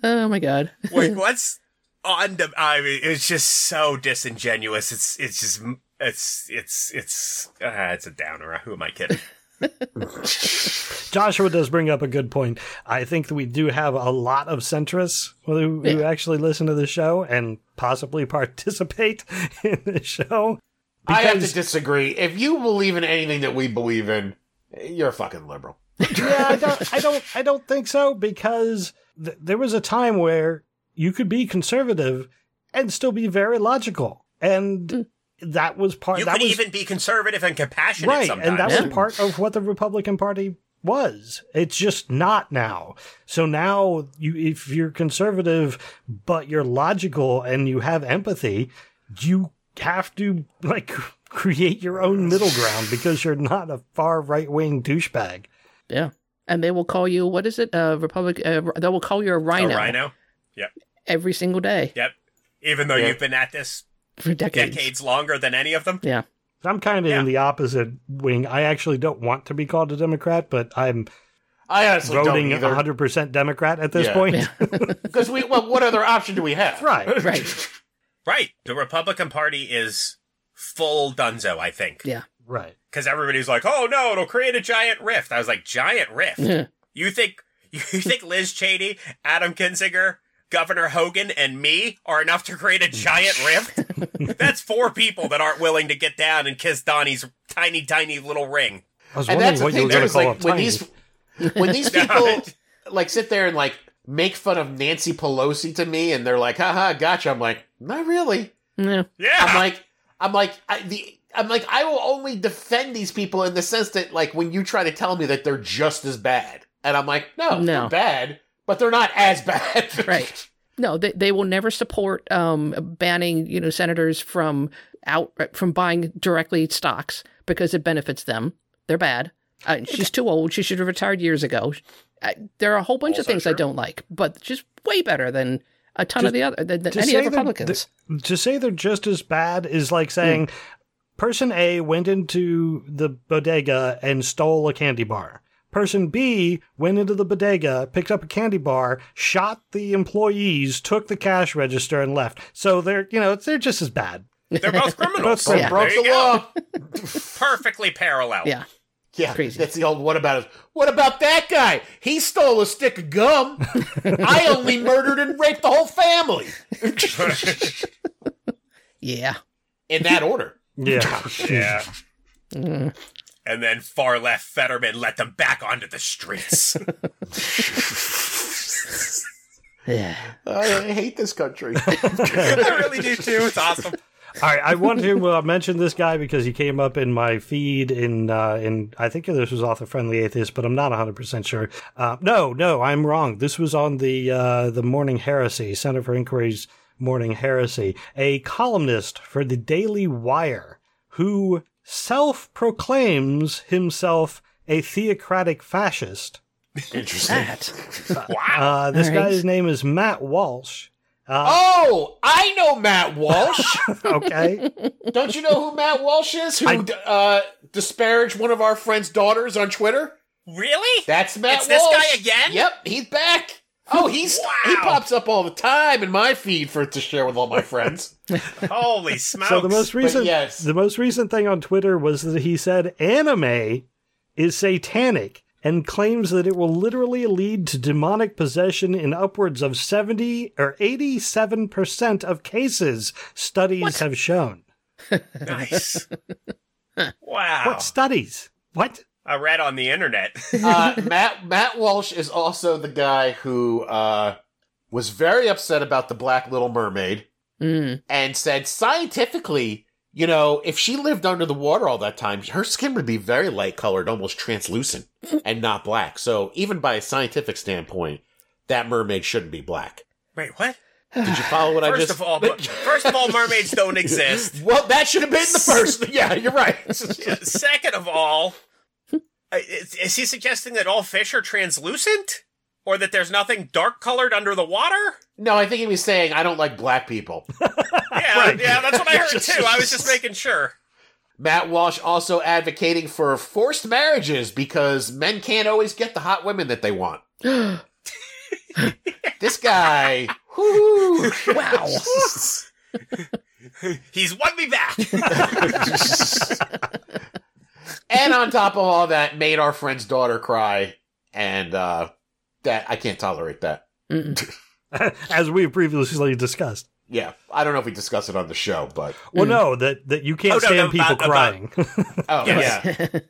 Speaker 2: Oh my god.
Speaker 4: Wait, what's on? De- I mean, it's just so disingenuous. It's it's just it's it's it's uh, it's a downer. Who am I kidding?
Speaker 1: Joshua does bring up a good point. I think that we do have a lot of centrists who, who
Speaker 2: Yeah.
Speaker 1: actually listen to the show and possibly participate in the show.
Speaker 3: I have
Speaker 1: Because-
Speaker 3: to disagree. If you believe in anything that we believe in, you're a fucking liberal.
Speaker 1: yeah, I don't, I don't, I don't think so because th- there was a time where you could be conservative and still be very logical, and that was part.
Speaker 4: You
Speaker 1: that
Speaker 4: could
Speaker 1: was
Speaker 4: even be conservative and compassionate
Speaker 1: right,
Speaker 4: sometimes.
Speaker 1: and that was
Speaker 2: Yeah.
Speaker 1: part of what the Republican Party was. It's just not now. So now, you if you're conservative but you're logical and you have empathy, you have to like create your own middle ground because you're not a far right wing douchebag.
Speaker 2: Yeah. And they will call you what is it? Uh Republic uh, they will call you a
Speaker 4: A
Speaker 2: rhino,
Speaker 4: rhino.
Speaker 2: every single day
Speaker 4: Yep. Even though
Speaker 3: Yeah.
Speaker 4: you've been at this
Speaker 2: for decades.
Speaker 4: decades longer than any of them.
Speaker 2: Yeah.
Speaker 1: I'm kind of
Speaker 4: Yeah.
Speaker 1: in the opposite wing. I actually don't want to be called a Democrat, but I'm
Speaker 3: I honestly
Speaker 1: voting
Speaker 3: don't either.
Speaker 1: 100% Democrat at this
Speaker 3: Yeah.
Speaker 1: point.
Speaker 3: Because we, well, what other option do we have?
Speaker 1: right.
Speaker 2: Right.
Speaker 4: Right. The Republican Party is full dunzo, I think.
Speaker 2: Yeah.
Speaker 1: Right.
Speaker 4: Because everybody's like, oh no, it'll create a giant rift. I was like, giant rift?
Speaker 2: Yeah.
Speaker 4: you think you think Liz Cheney, Adam Kinzinger, Governor Hogan, and me are enough to create a giant rift? That's four people that aren't willing to get down and kiss Donnie's tiny, tiny little ring.
Speaker 1: I was
Speaker 3: and
Speaker 1: wondering
Speaker 3: that's the
Speaker 1: what you
Speaker 3: thing
Speaker 1: were
Speaker 3: too.
Speaker 1: going to
Speaker 3: Is
Speaker 1: call
Speaker 3: like
Speaker 1: up tiny.
Speaker 3: when these when these people like sit there and like make fun of Nancy Pelosi to me, and they're like, "Haha, gotcha." I'm like, not really.
Speaker 2: Yeah.
Speaker 4: Yeah.
Speaker 3: I'm like, I'm like, I, the. I'm like, I will only defend these people in the sense that, like, when you try to tell me that they're just as bad, and I'm like, no,
Speaker 2: No.
Speaker 3: they're bad, but they're not as bad.
Speaker 2: Right. No, they they will never support um, banning you know senators from out from buying directly stocks because it benefits them. They're bad. Uh, she's too old. She should have retired years ago. I, there are a whole bunch of
Speaker 4: Also
Speaker 2: things I
Speaker 4: true.
Speaker 2: don't like, but she's way better than a ton of the other than, than
Speaker 1: to
Speaker 2: any
Speaker 1: say
Speaker 2: other
Speaker 1: they're-
Speaker 2: Republicans.
Speaker 1: th- to say they're just as bad is like saying person A went into the bodega and stole a candy bar. Person B went into the bodega, picked up a candy bar, shot the employees, took the cash register, and left. So they're, you know, they're just as bad.
Speaker 4: They're both
Speaker 1: Both
Speaker 4: criminals.
Speaker 3: They
Speaker 2: Yeah.
Speaker 4: There
Speaker 3: broke
Speaker 4: you
Speaker 3: the
Speaker 4: go.
Speaker 3: law.
Speaker 4: Perfectly
Speaker 1: oh.
Speaker 4: parallel.
Speaker 2: yeah,
Speaker 3: Yeah,
Speaker 2: Crazy.
Speaker 3: that's the old what about us? What about that guy? He stole a stick of gum. I only murdered and raped the whole family.
Speaker 2: yeah.
Speaker 3: In that order.
Speaker 2: Oh,
Speaker 1: Yeah.
Speaker 4: Yeah. And then far left Fetterman let them back onto the streets.
Speaker 2: Yeah.
Speaker 3: I hate this country.
Speaker 5: I really do too. It's awesome.
Speaker 1: All right, I want to uh, mention this guy because he came up in my feed in uh, in I think this was author friendly atheist, but I'm not 100 percent sure. Uh, no, no, I'm wrong. This was on the uh, the Morning Heresy Center for Inquiry's Morning Heresy, a columnist for the Daily Wire who self proclaims himself a theocratic fascist.
Speaker 3: Interesting.
Speaker 2: That.
Speaker 1: Uh, this
Speaker 2: All right.
Speaker 1: guy's name is Matt Walsh.
Speaker 3: Oh, I know Matt Walsh.
Speaker 1: Okay,
Speaker 3: Don't you know who Matt Walsh is? Who
Speaker 1: I-
Speaker 3: d uh, disparaged one of our friend's daughters on Twitter?
Speaker 5: Really?
Speaker 3: That's Matt
Speaker 5: It's this
Speaker 3: Walsh.
Speaker 5: guy again?
Speaker 3: Yep, he's back. Oh, he's he pops up all the time in my feed for to share with all my friends.
Speaker 5: Holy smokes!
Speaker 1: so the most recent
Speaker 3: yes.
Speaker 1: the most recent thing on Twitter was that he said anime is satanic and claims that it will literally lead to demonic possession in upwards of 70 or 87% of cases studies have shown.
Speaker 5: nice. wow.
Speaker 1: What studies? What?
Speaker 5: I read on the internet.
Speaker 3: uh, Matt Matt Walsh is also the guy who uh, was very upset about the Black Little Mermaid
Speaker 2: Mm.
Speaker 3: and said scientifically, you know, if she lived under the water all that time, her skin would be very light colored, almost translucent, and not black. So even by a scientific standpoint, that mermaid shouldn't be black.
Speaker 5: Wait, what?
Speaker 3: Did you follow what I
Speaker 5: First
Speaker 3: just?
Speaker 5: of all, mer- first of all, mermaids don't exist.
Speaker 3: well, that should have been the first. Yeah, you're right.
Speaker 5: Second of all, uh, is, is he suggesting that all fish are translucent, or that there's nothing dark colored under the water?
Speaker 3: no, I think he was saying I don't like black people.
Speaker 5: Yeah, yeah, that's what I heard too. I was just making sure.
Speaker 3: Matt Walsh also advocating for forced marriages because men can't always get the hot women that they want. this guy, whoo,
Speaker 2: Wow.
Speaker 5: He's won me back.
Speaker 3: and on top of all that, made our friend's daughter cry, and uh, that I can't tolerate that.
Speaker 2: Mm-mm.
Speaker 1: As we previously discussed.
Speaker 3: Yeah, I don't know if we discuss it on the show, but
Speaker 1: Well,
Speaker 2: Mm.
Speaker 1: no, that, that you can't
Speaker 5: Hmm. Oh, no,
Speaker 1: stand
Speaker 5: no,
Speaker 1: people
Speaker 5: about- about-
Speaker 1: crying.
Speaker 3: oh
Speaker 5: Yes.
Speaker 3: yeah,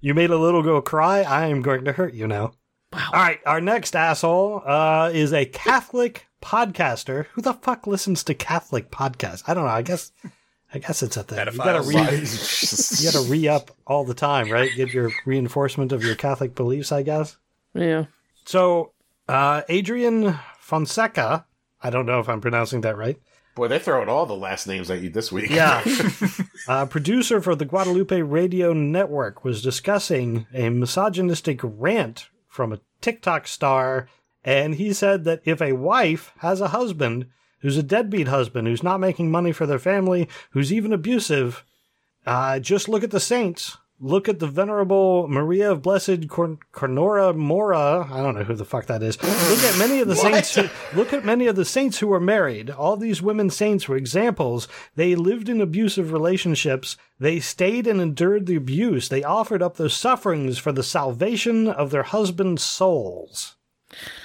Speaker 1: You made a little girl cry. I am going to hurt you now.
Speaker 2: Wow.
Speaker 1: All right. Our next asshole uh, is a Catholic podcaster. Who the fuck listens to Catholic podcasts? I don't know. I guess, I guess it's a thing. You gotta
Speaker 5: Pedophiles.
Speaker 1: re, you gotta re up all the time, right? Get your reinforcement of your Catholic beliefs, I guess.
Speaker 2: Yeah.
Speaker 1: So, uh, Adrian Fonseca. I don't know if I'm pronouncing that right.
Speaker 3: boy, they're throwing all the last names at you this week.
Speaker 1: Yeah. uh, producer for the Guadalupe Radio Network was discussing a misogynistic rant from a TikTok star, and he said that if a wife has a husband who's a deadbeat husband, who's not making money for their family, who's even abusive, uh, just look at the saints. Look at the venerable Maria of Blessed Corn- Cornora Mora. I don't know who the fuck that is. Look at many of the saints. Who, look at many of the saints who were married. All these women saints were examples. They lived in abusive relationships. They stayed and endured the abuse. They offered up their sufferings for the salvation of their husbands' souls.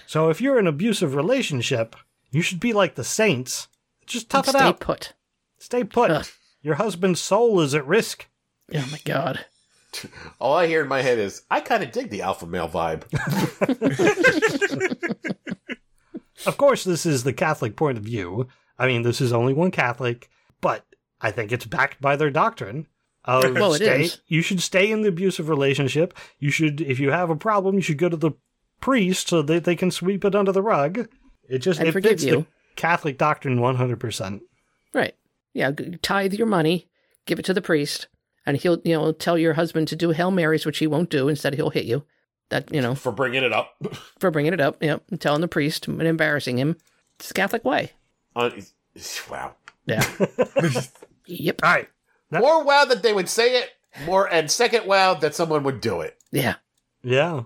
Speaker 1: So if you're in an abusive relationship, you should be like the saints. Just tough it
Speaker 2: Stay
Speaker 1: out.
Speaker 2: put.
Speaker 1: Stay put.
Speaker 2: Ugh.
Speaker 1: Your husband's soul is at risk.
Speaker 2: Oh my god.
Speaker 3: All I hear in my head is I kind of dig the alpha male vibe.
Speaker 1: Of course, this is the Catholic point of view. I mean, this is only one Catholic, but I think it's backed by their doctrine. Of
Speaker 2: Well, it
Speaker 1: stay-
Speaker 2: is.
Speaker 1: You should stay in the abusive relationship. You should, if you have a problem, you should go to the priest so that they can sweep it under the rug. It just
Speaker 2: And
Speaker 1: it
Speaker 2: forgive
Speaker 1: fits the
Speaker 2: you.
Speaker 1: Catholic doctrine one hundred percent.
Speaker 2: Right. Yeah. g- Tithe your money. Give it to the priest, and he'll you know tell your husband to do hail marys, which he won't do. Instead, he'll hit you. That you know
Speaker 3: for bringing it up.
Speaker 2: for bringing it up. Yep. And telling the priest and embarrassing him. It's the Catholic way.
Speaker 3: On, wow.
Speaker 2: Yeah. yep.
Speaker 1: All right, That-
Speaker 3: More wow that they would say it. More and second wow that someone would do it.
Speaker 2: Yeah.
Speaker 1: yeah.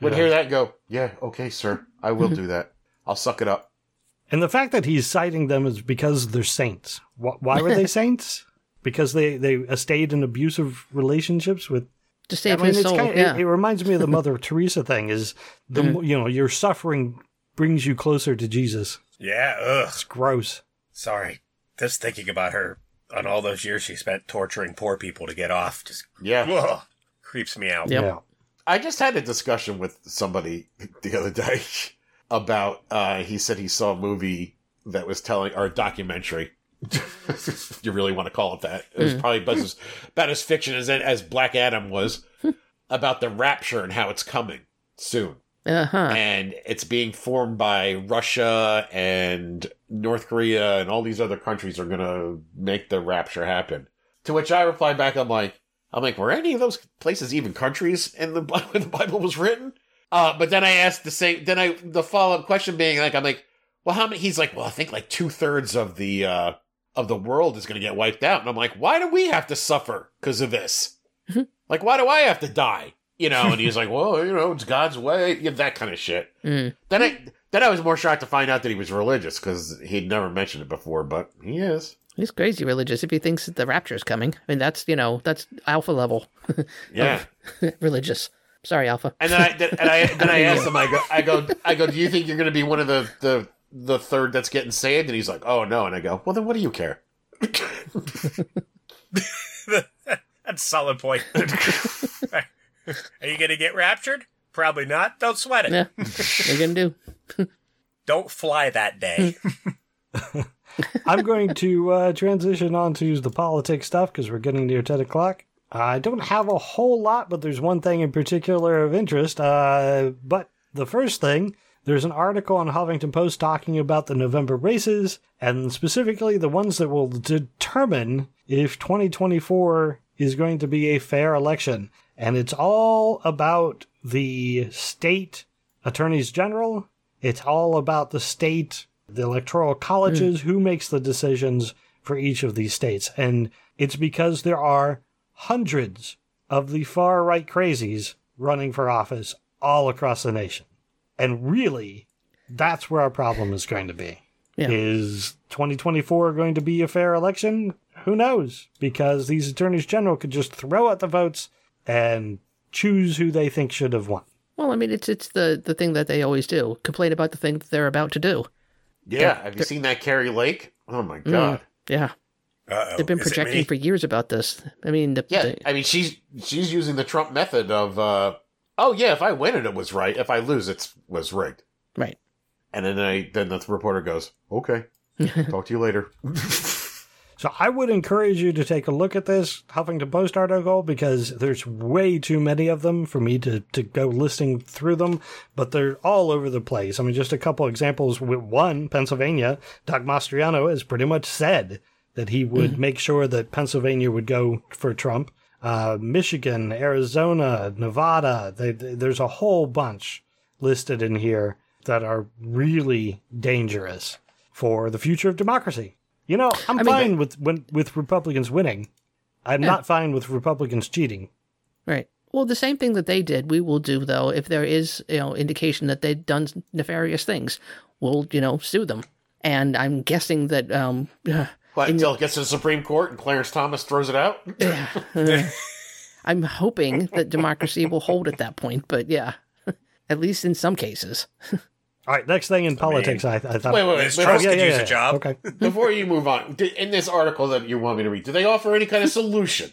Speaker 3: Would
Speaker 1: Yeah.
Speaker 3: hear that and go, yeah, okay, sir, I will do that. I'll suck it up.
Speaker 1: And the fact that he's citing them is because they're saints. Wh- Why were they saints? Because they they uh, stayed in abusive relationships with
Speaker 2: To save
Speaker 1: I mean,
Speaker 2: his
Speaker 1: it's
Speaker 2: soul.
Speaker 1: kind of,
Speaker 2: yeah. Mm-hmm.
Speaker 1: it, it reminds me of the Mother Teresa thing. Is the mo- you know your suffering brings you closer to Jesus?
Speaker 5: Yeah. Ugh.
Speaker 1: It's gross.
Speaker 5: Sorry. Just thinking about her on all those years she spent torturing poor people to get off just
Speaker 3: Yeah.
Speaker 5: ugh, creeps me out.
Speaker 2: Yep.
Speaker 1: Yeah.
Speaker 3: I just had a discussion with somebody the other day about uh, he said he saw a movie that was telling or a documentary. if you really want to call it that? It was probably about as, about as fiction as as Black Adam was about the rapture and how it's coming soon
Speaker 2: Uh huh.
Speaker 3: and it's being formed by Russia and North Korea and all these other countries are going to make the rapture happen. To which I replied back, I'm like, I'm like, were any of those places even countries in the Bi- when the Bible was written? Uh, but then I asked the same, then I the follow up question being like, I'm like, well, how many? He's like, well, I think like two thirds of the uh, of the world is going to get wiped out, and I'm like, why do we have to suffer because of this? like, why do I have to die? You know? And he's like, well, you know, it's God's way, you know, that kind of shit.
Speaker 2: Mm.
Speaker 3: Then I then I was more shocked to find out that he was religious because he'd never mentioned it before, but he is.
Speaker 2: He's crazy religious if he thinks that the rapture is coming. I mean, that's you know that's alpha level
Speaker 3: Yeah.
Speaker 2: religious. Sorry, alpha.
Speaker 3: And then I then, and I then I asked him, I go, I go, I go. Do you think you're going to be one of the the the third that's getting saved? And he's like, Oh no. And I go, Well, then what do you care?
Speaker 5: That's a solid point. Are you going to get raptured? Probably not. Don't sweat it.
Speaker 2: Yeah, what are you gonna do?
Speaker 5: Don't fly that day.
Speaker 2: Hmm.
Speaker 1: I'm going to uh, transition on to the politics stuff because we're getting near 10 o'clock. I don't have a whole lot, but there's one thing in particular of interest. Uh, but the first thing, there's an article on Huffington Post talking about the November races, and specifically the ones that will determine if 2024 is going to be a fair election. And it's all about the state attorneys general. It's all about the state, the electoral colleges, who makes the decisions for each of these states. And it's because there are hundreds of the far right crazies running for office all across the nation. And really, that's where our problem is going to be.
Speaker 2: Yeah.
Speaker 1: Is 2024 going to be a fair election? Who knows? Because these attorneys general could just throw out the votes and choose who they think should have won.
Speaker 2: Well, I mean, it's it's the the thing that they always do: complain about the thing that they're about to do.
Speaker 3: Yeah. Have you seen that Carrie Lake? Oh my god.
Speaker 2: Yeah,
Speaker 5: Uh-oh.
Speaker 2: they've been
Speaker 5: Oh, Is it
Speaker 2: projecting
Speaker 5: me?
Speaker 2: for years about this. I mean, the,
Speaker 3: Yeah.
Speaker 2: the-
Speaker 3: I mean, she's she's using the Trump method of, uh, Oh yeah, if I win it, it was right. If I lose, it was rigged.
Speaker 2: right.
Speaker 3: And then I then the reporter goes, Okay, talk to you later.
Speaker 1: So I would encourage you to take a look at this Huffington Post article because there's way too many of them for me to, to go listing through them, but they're all over the place. I mean, just a couple examples. With one, Pennsylvania, Doug Mastriano has pretty much said that he would make sure that Pennsylvania would go for Trump. Uh, Michigan, Arizona, Nevada, they, they- there's a whole bunch listed in here that are really dangerous for the future of democracy. You know, I'm
Speaker 2: I mean,
Speaker 1: fine with when, with Republicans winning. I'm not fine with Republicans cheating.
Speaker 2: Right. Well, the same thing that they did, we will do though if there is you know indication that they've done nefarious things. We'll you know sue them, and I'm guessing that um,
Speaker 3: But until it gets to the Supreme Court and Clarence Thomas throws it out.
Speaker 2: I'm hoping that democracy will hold at that point. But yeah, at least in some cases.
Speaker 1: All right, next thing in politics, I, I thought. Oh,
Speaker 3: Wait, wait, wait.
Speaker 5: Liz
Speaker 3: Before,
Speaker 5: Truss could use a job.
Speaker 1: Okay.
Speaker 3: before you move on, d- in this article that you want me to read, do they offer any kind of solution?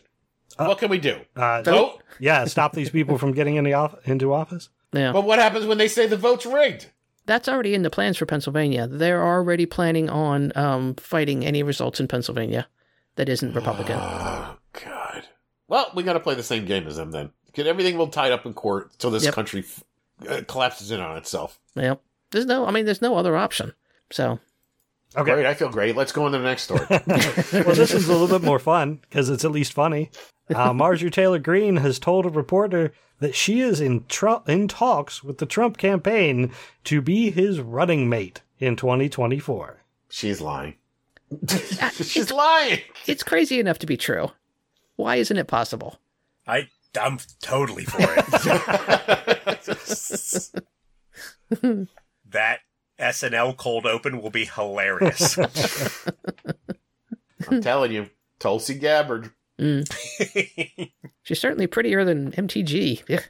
Speaker 3: what can we do?
Speaker 1: Uh,
Speaker 3: Vote?
Speaker 1: yeah, stop these people from getting into, off- into office.
Speaker 2: Yeah.
Speaker 3: But what happens when they say the vote's rigged?
Speaker 2: That's already in the plans for Pennsylvania. They're already planning on um, fighting any results in Pennsylvania that isn't Republican.
Speaker 3: Oh, God. Well, we got to play the same game as them then. Get everything will tied up in court till this
Speaker 2: Yep.
Speaker 3: country f- uh, collapses in on itself.
Speaker 2: yep. There's no, I mean, there's no other option. So,
Speaker 1: Okay.
Speaker 3: Great, I feel great. Let's go on to the next story.
Speaker 1: well, this is a little bit more fun because it's at least funny. Uh, Marjorie Taylor Greene has told a reporter that she is in tru- in talks with the Trump campaign to be his running mate in 2024.
Speaker 3: She's lying. She's lying.
Speaker 2: it's crazy enough to be true. Why isn't it possible?
Speaker 5: I, I'm totally for it. that SNL cold open will be hilarious.
Speaker 2: Hmm.
Speaker 3: I'm telling you, Tulsi Gabbard.
Speaker 2: She's certainly prettier than MTG. Yeah.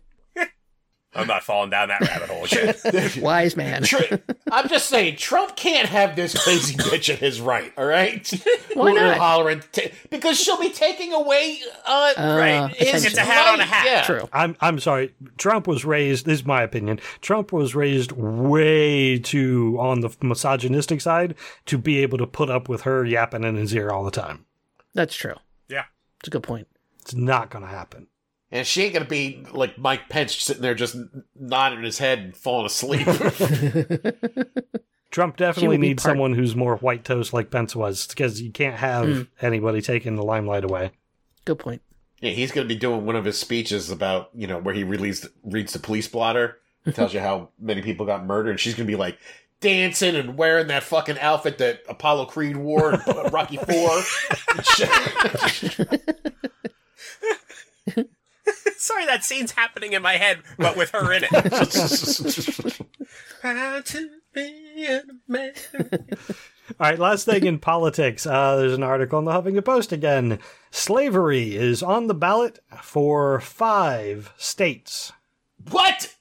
Speaker 5: I'm not falling down that rabbit hole again.
Speaker 2: Wise man.
Speaker 3: Tr- I'm just saying, Trump can't have this crazy bitch at his right. All right,
Speaker 2: Why
Speaker 3: We're
Speaker 2: not?
Speaker 3: hollering t- because she'll be taking away. Uh, right, his
Speaker 2: attention. It's a
Speaker 5: hat on a
Speaker 3: right,
Speaker 5: hat.
Speaker 3: Yeah.
Speaker 2: True.
Speaker 1: I'm I'm sorry. Trump was raised. This is my opinion. Trump was raised way too on the misogynistic side to be able to put up with her yapping in his ear all the time.
Speaker 2: That's true.
Speaker 5: Yeah.
Speaker 2: It's a good point.
Speaker 1: It's not going to happen.
Speaker 3: And she ain't gonna be like Mike Pence sitting there just nodding his head and falling asleep.
Speaker 1: Trump
Speaker 2: would
Speaker 1: definitely
Speaker 2: be
Speaker 1: needs
Speaker 2: part-
Speaker 1: someone who's more white toast like Pence was because you can't have
Speaker 2: Hmm.
Speaker 1: anybody taking the limelight away.
Speaker 2: Good point.
Speaker 3: yeah, he's gonna be doing one of his speeches about you know where he released reads the police blotter, tells you how many people got murdered, and she's gonna be like dancing and wearing that fucking outfit that Apollo Creed wore in Rocky Four.
Speaker 5: Sorry, that scene's happening in my head, but with her in it. Proud to be an American.
Speaker 1: All right, last thing in politics. Uh, there's an article in the Huffington Post again. Slavery is on the ballot for five states.
Speaker 3: what?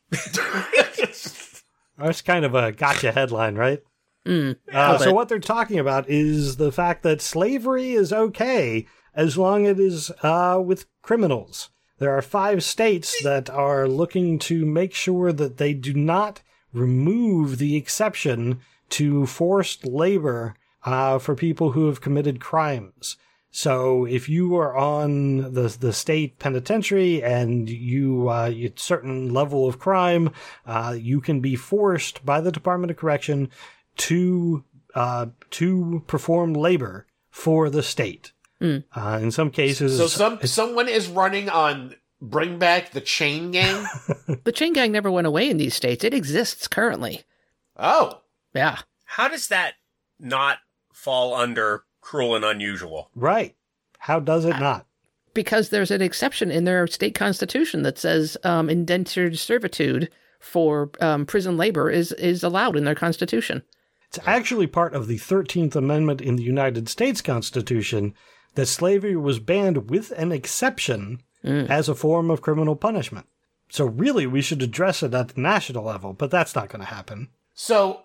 Speaker 1: That's kind of a gotcha headline, right?
Speaker 2: Mm.
Speaker 1: Uh, so
Speaker 2: but-
Speaker 1: what they're talking about is the fact that slavery is okay as long as it is uh, with criminals. There are five states that are looking to make sure that they do not remove the exception to forced labor uh, for people who have committed crimes. So if you are on the the state penitentiary and you uh, you certain level of crime, uh, you can be forced by the Department of Correction to uh, to perform labor for the state. Uh, in some cases,
Speaker 3: Hmm. so some someone is running on bring back the chain gang.
Speaker 2: The chain gang never went away in these states. It exists currently.
Speaker 3: Oh,
Speaker 2: Yeah.
Speaker 5: How does that not fall under cruel and unusual?
Speaker 1: right? How does it not?
Speaker 2: Because there's an exception in their state constitution that says um, indentured servitude for um, prison labor is, is allowed in their constitution.
Speaker 1: It's actually part of the 13th Amendment in the United States Constitution that slavery was banned with an exception as a form of criminal punishment. So, really, we should address it at the national level, but that's not going to happen.
Speaker 3: So,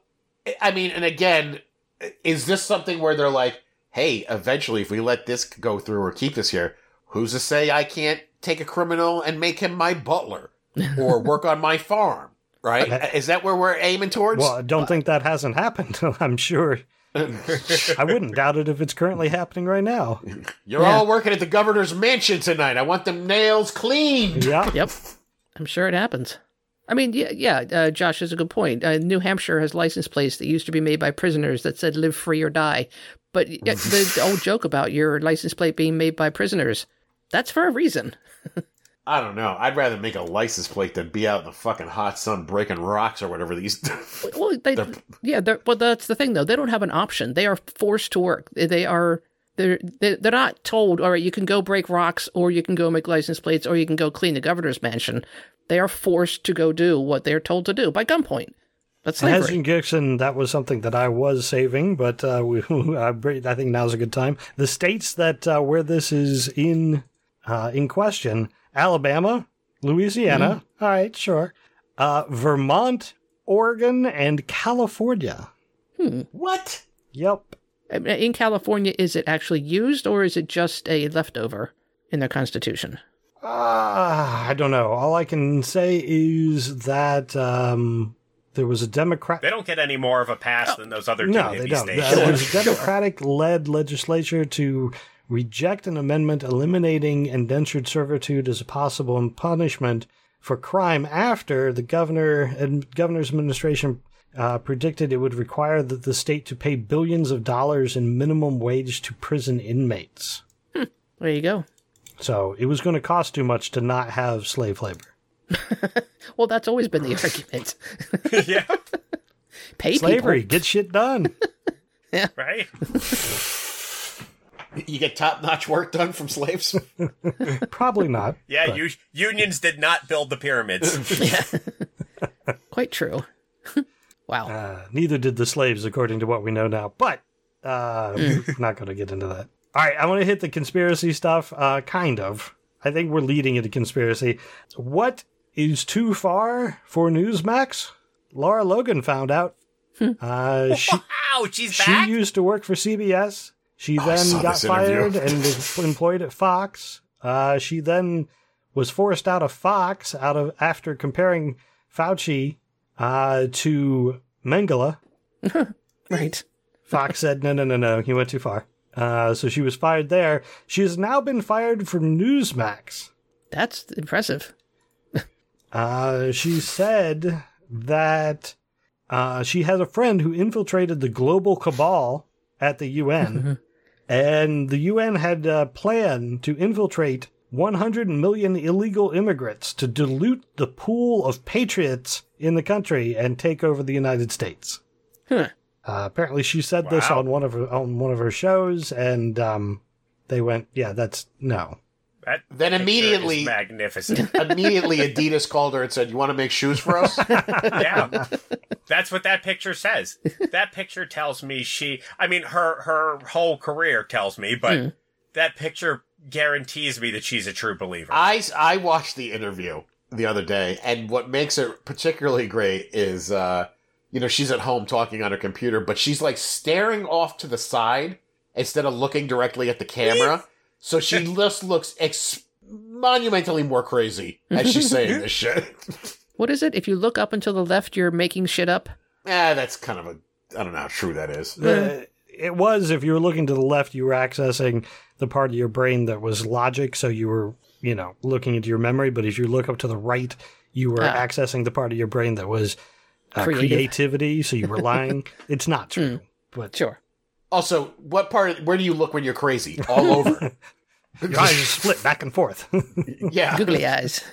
Speaker 3: I mean, and again, is this something where they're like, hey, eventually, if we let this go through or keep this here, who's to say I can't take a criminal and make him my butler or work on my farm? Right? Is that where we're aiming towards?
Speaker 1: Well, I don't think that hasn't happened, I'm sure. I wouldn't doubt it if it's currently happening right now.
Speaker 3: You're
Speaker 2: yeah.
Speaker 3: all working at the governor's mansion tonight. I want them nails cleaned.
Speaker 1: Yeah.
Speaker 2: Yep. I'm sure it happens. I mean, yeah, yeah uh, Josh is a good point. Uh, New Hampshire has license plates that used to be made by prisoners that said live free or die. But y- the, the old joke about your license plate being made by prisoners, that's for a reason.
Speaker 3: I don't know. I'd rather make a license plate than be out in the fucking hot sun breaking rocks or whatever these.
Speaker 2: Well, they, yeah, they're, well, that's the thing though. They don't have an option. They are forced to work. They- They are they're they're they're not told. All right, you can go break rocks, or you can go make license plates, or you can go clean the governor's mansion. They are forced to go do what they are told to do by gunpoint. That's
Speaker 1: As
Speaker 2: slavery.
Speaker 1: in Gibson, that was something that I was saving, but uh, we, I br- I think now's a good time. The states that uh, where this is in uh, in question: Alabama, Louisiana. All right, sure. Uh, Vermont, Oregon, and California.
Speaker 3: what?
Speaker 1: Yep.
Speaker 2: I mean, In California, is it actually used, or is it just a leftover in their constitution?
Speaker 1: Uh, I don't know. All I can say is that um, there was a Democrat.
Speaker 5: They don't get any more of a pass than those other two
Speaker 1: No,
Speaker 5: hippie
Speaker 1: they don't.
Speaker 5: stations.
Speaker 1: There was a Democratic led legislature to reject an amendment eliminating indentured servitude as a possible punishment for crime after the governor and governor's administration uh, predicted it would require that the state to pay billions of dollars in minimum wage to prison inmates.
Speaker 2: There you go.
Speaker 1: So it was going to cost too much to not have slave labor.
Speaker 2: Well, that's always been the argument.
Speaker 5: yeah,
Speaker 2: Pay
Speaker 1: Slavery,
Speaker 2: people.
Speaker 1: get shit done.
Speaker 5: right.
Speaker 3: You get top notch work done from slaves?
Speaker 1: Probably not.
Speaker 5: Yeah, you, unions did not build the pyramids.
Speaker 2: Quite true. wow.
Speaker 1: Uh, neither did the slaves, according to what we know now. But uh, we're not going to get into that. All right, I want to hit the conspiracy stuff, uh, kind of. I think we're leading into conspiracy. What is too far for Newsmax. Laura Logan found out. uh, she,
Speaker 4: Wow, she's
Speaker 1: she
Speaker 4: back.
Speaker 1: used to work for CBS. She
Speaker 3: Oh, I
Speaker 1: then
Speaker 3: saw
Speaker 1: got
Speaker 3: this interview.
Speaker 1: fired and was employed at Fox. Uh, she then was forced out of Fox out of after comparing Fauci uh, to Mengele.
Speaker 2: Right.
Speaker 1: Fox said, "No, no, no, no, you went too far." Uh, so she was fired there. She has now been fired from Newsmax.
Speaker 2: That's impressive.
Speaker 1: Uh, she said that uh, she has a friend who infiltrated the global cabal at the UN, and the UN had a plan to infiltrate 100 million illegal immigrants to dilute the pool of patriots in the country and take over the United States.
Speaker 2: Huh.
Speaker 1: Uh, apparently, she said this
Speaker 4: Wow.
Speaker 1: on one of her on one of her shows, and um, they went, "Yeah, that's no."
Speaker 4: That
Speaker 3: Then
Speaker 4: picture is
Speaker 3: immediately-
Speaker 4: magnificent.
Speaker 3: Immediately, Adidas called her and said, "You want to make shoes for us?"
Speaker 4: yeah, that's what that picture says. That picture tells me she. I mean, her her whole career tells me, but that picture guarantees me that she's a true believer.
Speaker 3: I I watched the interview the other day, and what makes it particularly great is, uh, you know, she's at home talking on her computer, but she's like staring off to the side instead of looking directly at the camera. so she just looks ex- monumentally more crazy as she's saying this shit.
Speaker 2: What is it? If you look up and to the left, you're making shit up.
Speaker 3: ah, that's kind of a I don't know how true that is.
Speaker 1: Uh, it was if you were looking to the left, you were accessing the part of your brain that was logic, so you were, you know, looking into your memory. But if you look up to the right, you were
Speaker 2: Ah.
Speaker 1: accessing the part of your brain that was uh,
Speaker 2: Creative.
Speaker 1: creativity, so you were lying. it's not true, but
Speaker 2: Sure.
Speaker 3: Also, what part? Where do you look when you're crazy? All over.
Speaker 1: your eyes are split back and forth. Uh,
Speaker 3: yeah.
Speaker 2: Googly eyes.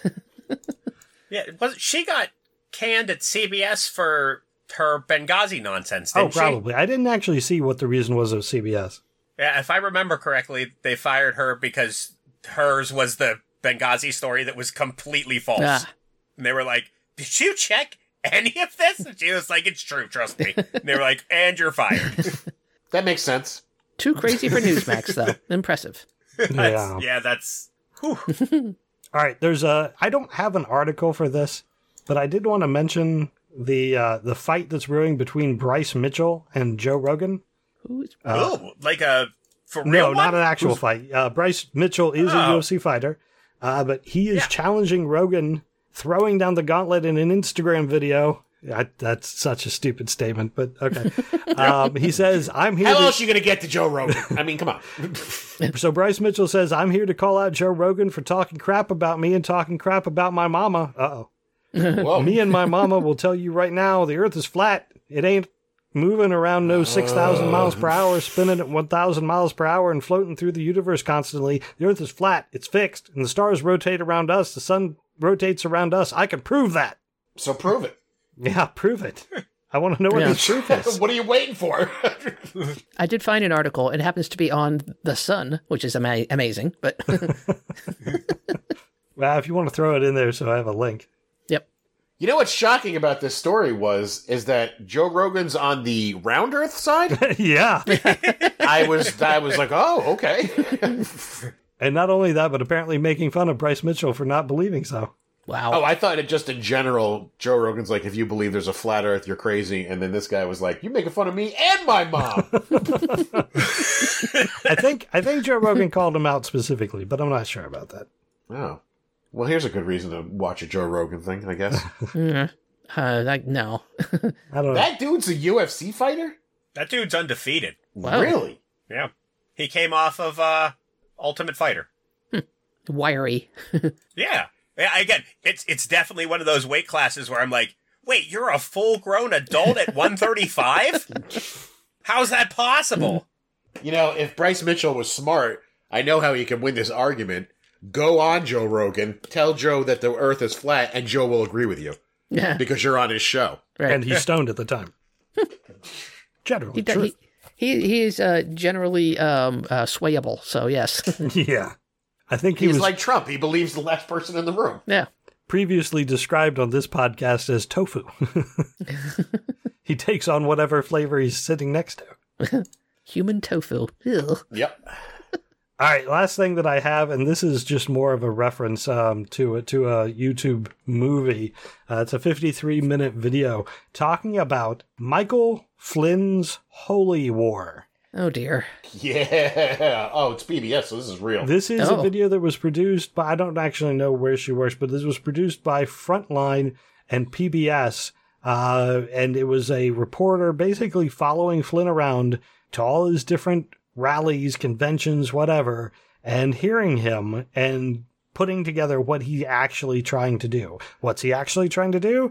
Speaker 4: yeah, was she got canned at CBS for her Benghazi nonsense?
Speaker 1: oh,
Speaker 4: Didn't She?
Speaker 1: probably. I didn't actually see what the reason was of CBS.
Speaker 4: Yeah, if I remember correctly, they fired her because hers was the Benghazi story that was completely false.
Speaker 2: Ah.
Speaker 4: And they were like, Did you check any of this? And she was like, It's true, trust me. And they were like, And you're fired.
Speaker 3: That makes sense.
Speaker 2: Too crazy for Newsmax, though. Impressive.
Speaker 1: yeah.
Speaker 4: yeah, that's. whew.
Speaker 1: All right, there's a. I don't have an article for this, but I did want to mention the uh, the fight that's brewing between Bryce Mitchell and Joe Rogan.
Speaker 2: Who is
Speaker 4: Ooh, like a. For real?
Speaker 1: Uh, No,
Speaker 4: one?
Speaker 1: not an actual fight. Uh, Bryce Mitchell is a
Speaker 4: Oh.
Speaker 1: UFC fighter, uh, but he is
Speaker 4: Yeah.
Speaker 1: challenging Rogan, throwing down the gauntlet in an Instagram video. I, that's such a stupid statement, but okay. um, he says, "I'm here."
Speaker 3: How
Speaker 1: to-
Speaker 3: else you gonna get to Joe Rogan? I mean, come on.
Speaker 1: so Bryce Mitchell says, "I'm here to call out Joe Rogan for talking crap about me and talking crap about my mama." Uh oh.
Speaker 3: Whoa.
Speaker 1: Me and my mama will tell you right now the earth is flat. It ain't moving around no 6,000 miles per hour, spinning at 1,000 miles per hour, and floating through the universe constantly. The earth is flat. It's fixed. And the stars rotate around us. The sun rotates around us. I can prove that.
Speaker 3: So prove it.
Speaker 1: Yeah, prove it. I want to know what
Speaker 2: Yeah.
Speaker 1: the truth is.
Speaker 3: What are you waiting for?
Speaker 2: I did find an article. It happens to be on The Sun, which is ama- amazing, but
Speaker 1: Well, if you want to throw it in there so I have a link.
Speaker 2: yep.
Speaker 3: you know what's shocking about this story was is that Joe Rogan's on the round Earth side.
Speaker 1: yeah.
Speaker 3: I was I was like, oh, okay.
Speaker 1: And not only that, but apparently making fun of Bryce Mitchell for not believing so.
Speaker 2: Wow.
Speaker 3: Oh, I thought it just in general. Joe Rogan's like, if you believe there's a flat Earth, you're crazy. And then this guy was like, you making fun of me and my mom.
Speaker 1: I think I think Joe Rogan called him out specifically, but I'm not sure about that.
Speaker 3: oh, well, here's a good reason to watch a Joe Rogan thing, I guess.
Speaker 1: Oh.
Speaker 2: Uh, like, no.
Speaker 1: I don't know.
Speaker 3: that dude's a UFC fighter.
Speaker 4: That dude's undefeated.
Speaker 2: Wow.
Speaker 3: Really?
Speaker 4: Yeah. He came off of uh, Ultimate Fighter.
Speaker 2: Wiry.
Speaker 4: Yeah. Yeah, Again, it's it's definitely one of those weight classes where I'm like, wait, you're a full grown adult at 135? How's that possible?
Speaker 3: You know, if Bryce Mitchell was smart, I know how he can win this argument. Go on, Joe Rogan. Tell Joe that the earth is flat, and Joe will agree with you
Speaker 2: Yeah.
Speaker 3: because you're on his show.
Speaker 2: Right.
Speaker 1: and he's stoned at the time. Generally,
Speaker 2: he,
Speaker 1: true.
Speaker 2: he, he, he is uh, generally um, uh, swayable, so yes.
Speaker 1: yeah, I think he
Speaker 3: He's
Speaker 1: was
Speaker 3: like Trump. He believes the last person in the room.
Speaker 2: yeah.
Speaker 1: previously described on this podcast as tofu. he takes on whatever flavor he's sitting next to.
Speaker 2: Human tofu. Ew.
Speaker 3: Yep.
Speaker 1: All right, last thing that I have, and this is just more of a reference um, to a, to a YouTube movie. Uh, it's a 53 minute video talking about Michael Flynn's Holy War.
Speaker 2: Oh dear.
Speaker 3: Yeah. Oh, it's PBS, so this is real.
Speaker 1: This is
Speaker 2: Oh.
Speaker 1: a video that was produced by I don't actually know where she works, but this was produced by Frontline and PBS. Uh, and it was a reporter basically following Flynn around to all his different rallies, conventions, whatever, and hearing him and putting together what he actually trying to do. What's he actually trying to do?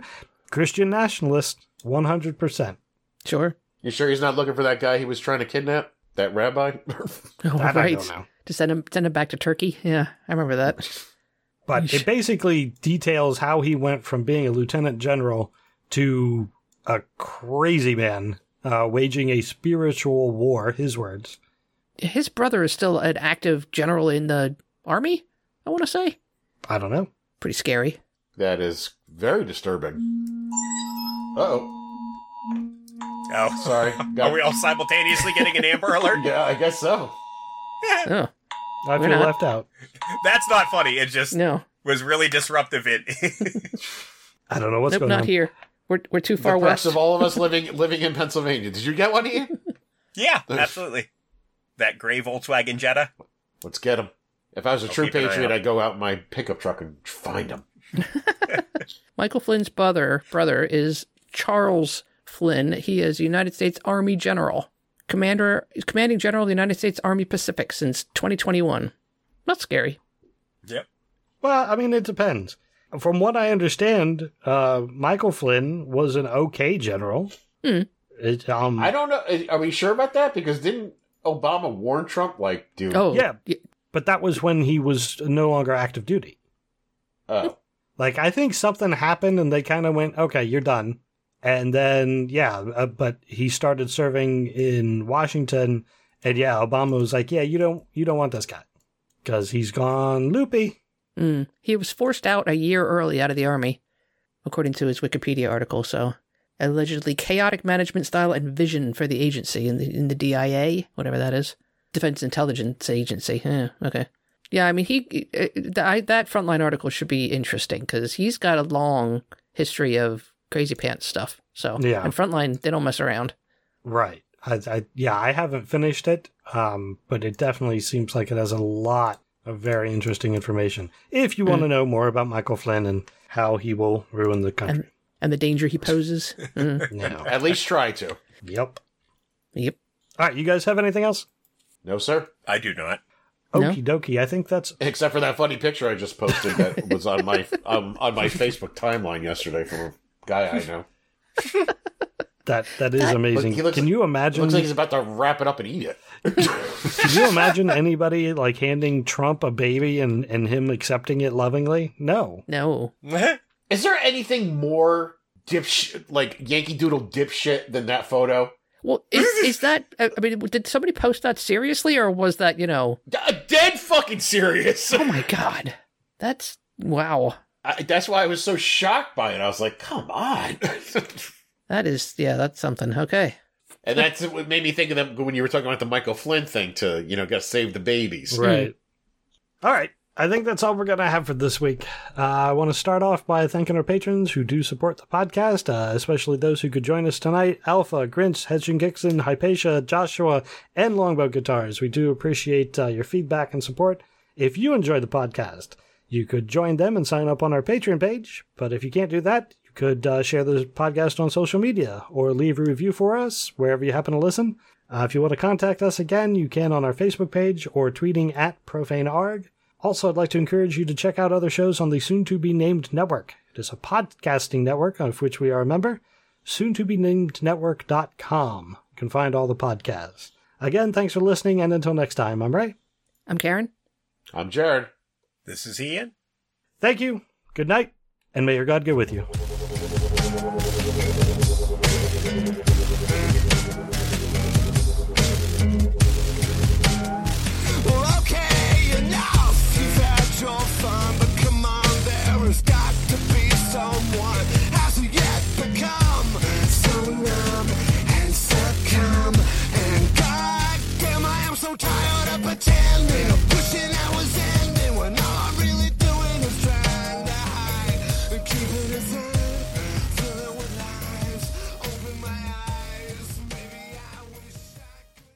Speaker 1: Christian nationalist, 100%.
Speaker 2: Sure.
Speaker 3: you sure he's not looking for that guy he was trying to kidnap? That rabbi?
Speaker 2: Oh,
Speaker 1: That I
Speaker 2: right.
Speaker 1: don't know.
Speaker 2: To send him send him back to Turkey. Yeah, I remember that.
Speaker 1: but it basically details how he went from being a lieutenant general to a crazy man uh, waging a spiritual war. His words.
Speaker 2: His brother is still an active general in the army. I want to say
Speaker 1: I don't know.
Speaker 2: pretty scary.
Speaker 3: that is very disturbing. Oh,
Speaker 5: Oh,
Speaker 3: sorry.
Speaker 5: are we all simultaneously getting an Amber Alert?
Speaker 3: Yeah, I guess so.
Speaker 2: Oh
Speaker 1: I
Speaker 2: We're
Speaker 1: feel
Speaker 2: not.
Speaker 1: left out.
Speaker 5: That's not funny. It just
Speaker 2: no,
Speaker 5: was really disruptive. It.
Speaker 1: I don't know what's
Speaker 2: nope,
Speaker 1: going
Speaker 2: not
Speaker 1: on.
Speaker 2: here. We're we're too far
Speaker 3: the
Speaker 2: west.
Speaker 3: perks of all of us living living in Pennsylvania. Did you get one, Ian?
Speaker 5: yeah, absolutely. That gray Volkswagen Jetta.
Speaker 3: Let's get him. If I was a
Speaker 5: I'll
Speaker 3: true
Speaker 5: keep an eye
Speaker 3: patriot,
Speaker 5: out.
Speaker 3: I'd go out in my pickup truck and find him.
Speaker 2: Michael Flynn's brother brother is Charles Flynn. He is United States Army General, commander, commanding general of the United States Army Pacific since 2021. Not scary.
Speaker 5: Yep.
Speaker 1: Well, I mean, it depends. From what I understand, uh, Michael Flynn was an okay general.
Speaker 2: Hmm.
Speaker 1: It, um,
Speaker 3: I don't know. Are we sure about that? Because didn't Obama warn Trump like, dude?
Speaker 2: Oh
Speaker 1: Yeah.
Speaker 2: y-
Speaker 1: but that was when he was no longer active duty.
Speaker 3: oh.
Speaker 1: Like I think something happened and they kind of went, "Okay, you're done." And then yeah, uh, but he started serving in Washington and yeah, Obama was like, "Yeah, you don't you don't want this guy cuz he's gone loopy."
Speaker 2: Mm. He was forced out a year early out of the army, according to his Wikipedia article. So, allegedly chaotic management style and vision for the agency in the in the DIA, whatever that is, Defense Intelligence Agency. Yeah, okay. Yeah, I mean he uh, th- I, that frontline article should be interesting because he's got a long history of crazy pants stuff. So
Speaker 1: Yeah.
Speaker 2: and frontline they don't mess around.
Speaker 1: Right. I, I yeah, I haven't finished it, um, but it definitely seems like it has a lot of very interesting information. If you want to know more about Michael Flynn and how he will ruin the country.
Speaker 2: And the danger he poses. Mm.
Speaker 1: No.
Speaker 3: At least try to.
Speaker 1: yep.
Speaker 2: yep.
Speaker 1: All right, you guys have anything else?
Speaker 3: No, sir.
Speaker 5: I do not.
Speaker 2: No.
Speaker 1: Okie dokie. I think that's
Speaker 3: Except for that funny picture I just posted that was on my um, on my Facebook timeline yesterday from a guy I know.
Speaker 1: that that is amazing.
Speaker 3: he looks-
Speaker 1: Can you
Speaker 3: It
Speaker 1: imagine
Speaker 3: looks like he's about to wrap it up and eat it.
Speaker 1: Can you imagine anybody like handing Trump a baby and, and him accepting it lovingly? No.
Speaker 2: No.
Speaker 3: Is there anything more dipshit, like Yankee Doodle dipshit than that photo?
Speaker 2: Well, is, is that? I I mean, did somebody post that seriously, or was that you know?
Speaker 3: D- uh, Dead fucking serious.
Speaker 2: Oh my god, that's wow.
Speaker 3: I, that's why I was so shocked by it. I was like, come on.
Speaker 2: That is yeah, that's something. Okay,
Speaker 3: and that's what made me think of that when you were talking about the Michael Flynn thing to, you know, gotta save the babies.
Speaker 1: Right. All right. I think that's all we're going to have for this week. Uh, I want to start off by thanking our patrons who do support the podcast, uh, especially those who could join us tonight Alpha, Grinch, Hedgen Gixon, Hypatia, Joshua, and Longbow Guitars. We do appreciate uh, your feedback and support. If you enjoy the podcast, you could join them and sign up on our Patreon page. But if you can't do that, you could uh, share the podcast on social media or leave a review for us wherever you happen to listen. Uh, if you want to contact us again, you can on our Facebook page or tweeting at profanearg. Also, I'd like to encourage you to check out other shows on the soon to be named network. It is a podcasting network of which we are a member, soon to be named network.com. You can find all the podcasts. Again, thanks for listening, and until next time, I'm Ray.
Speaker 2: I'm Karen.
Speaker 3: I'm Jared.
Speaker 5: This is Ian.
Speaker 1: Thank you, good night, and may your God go with you.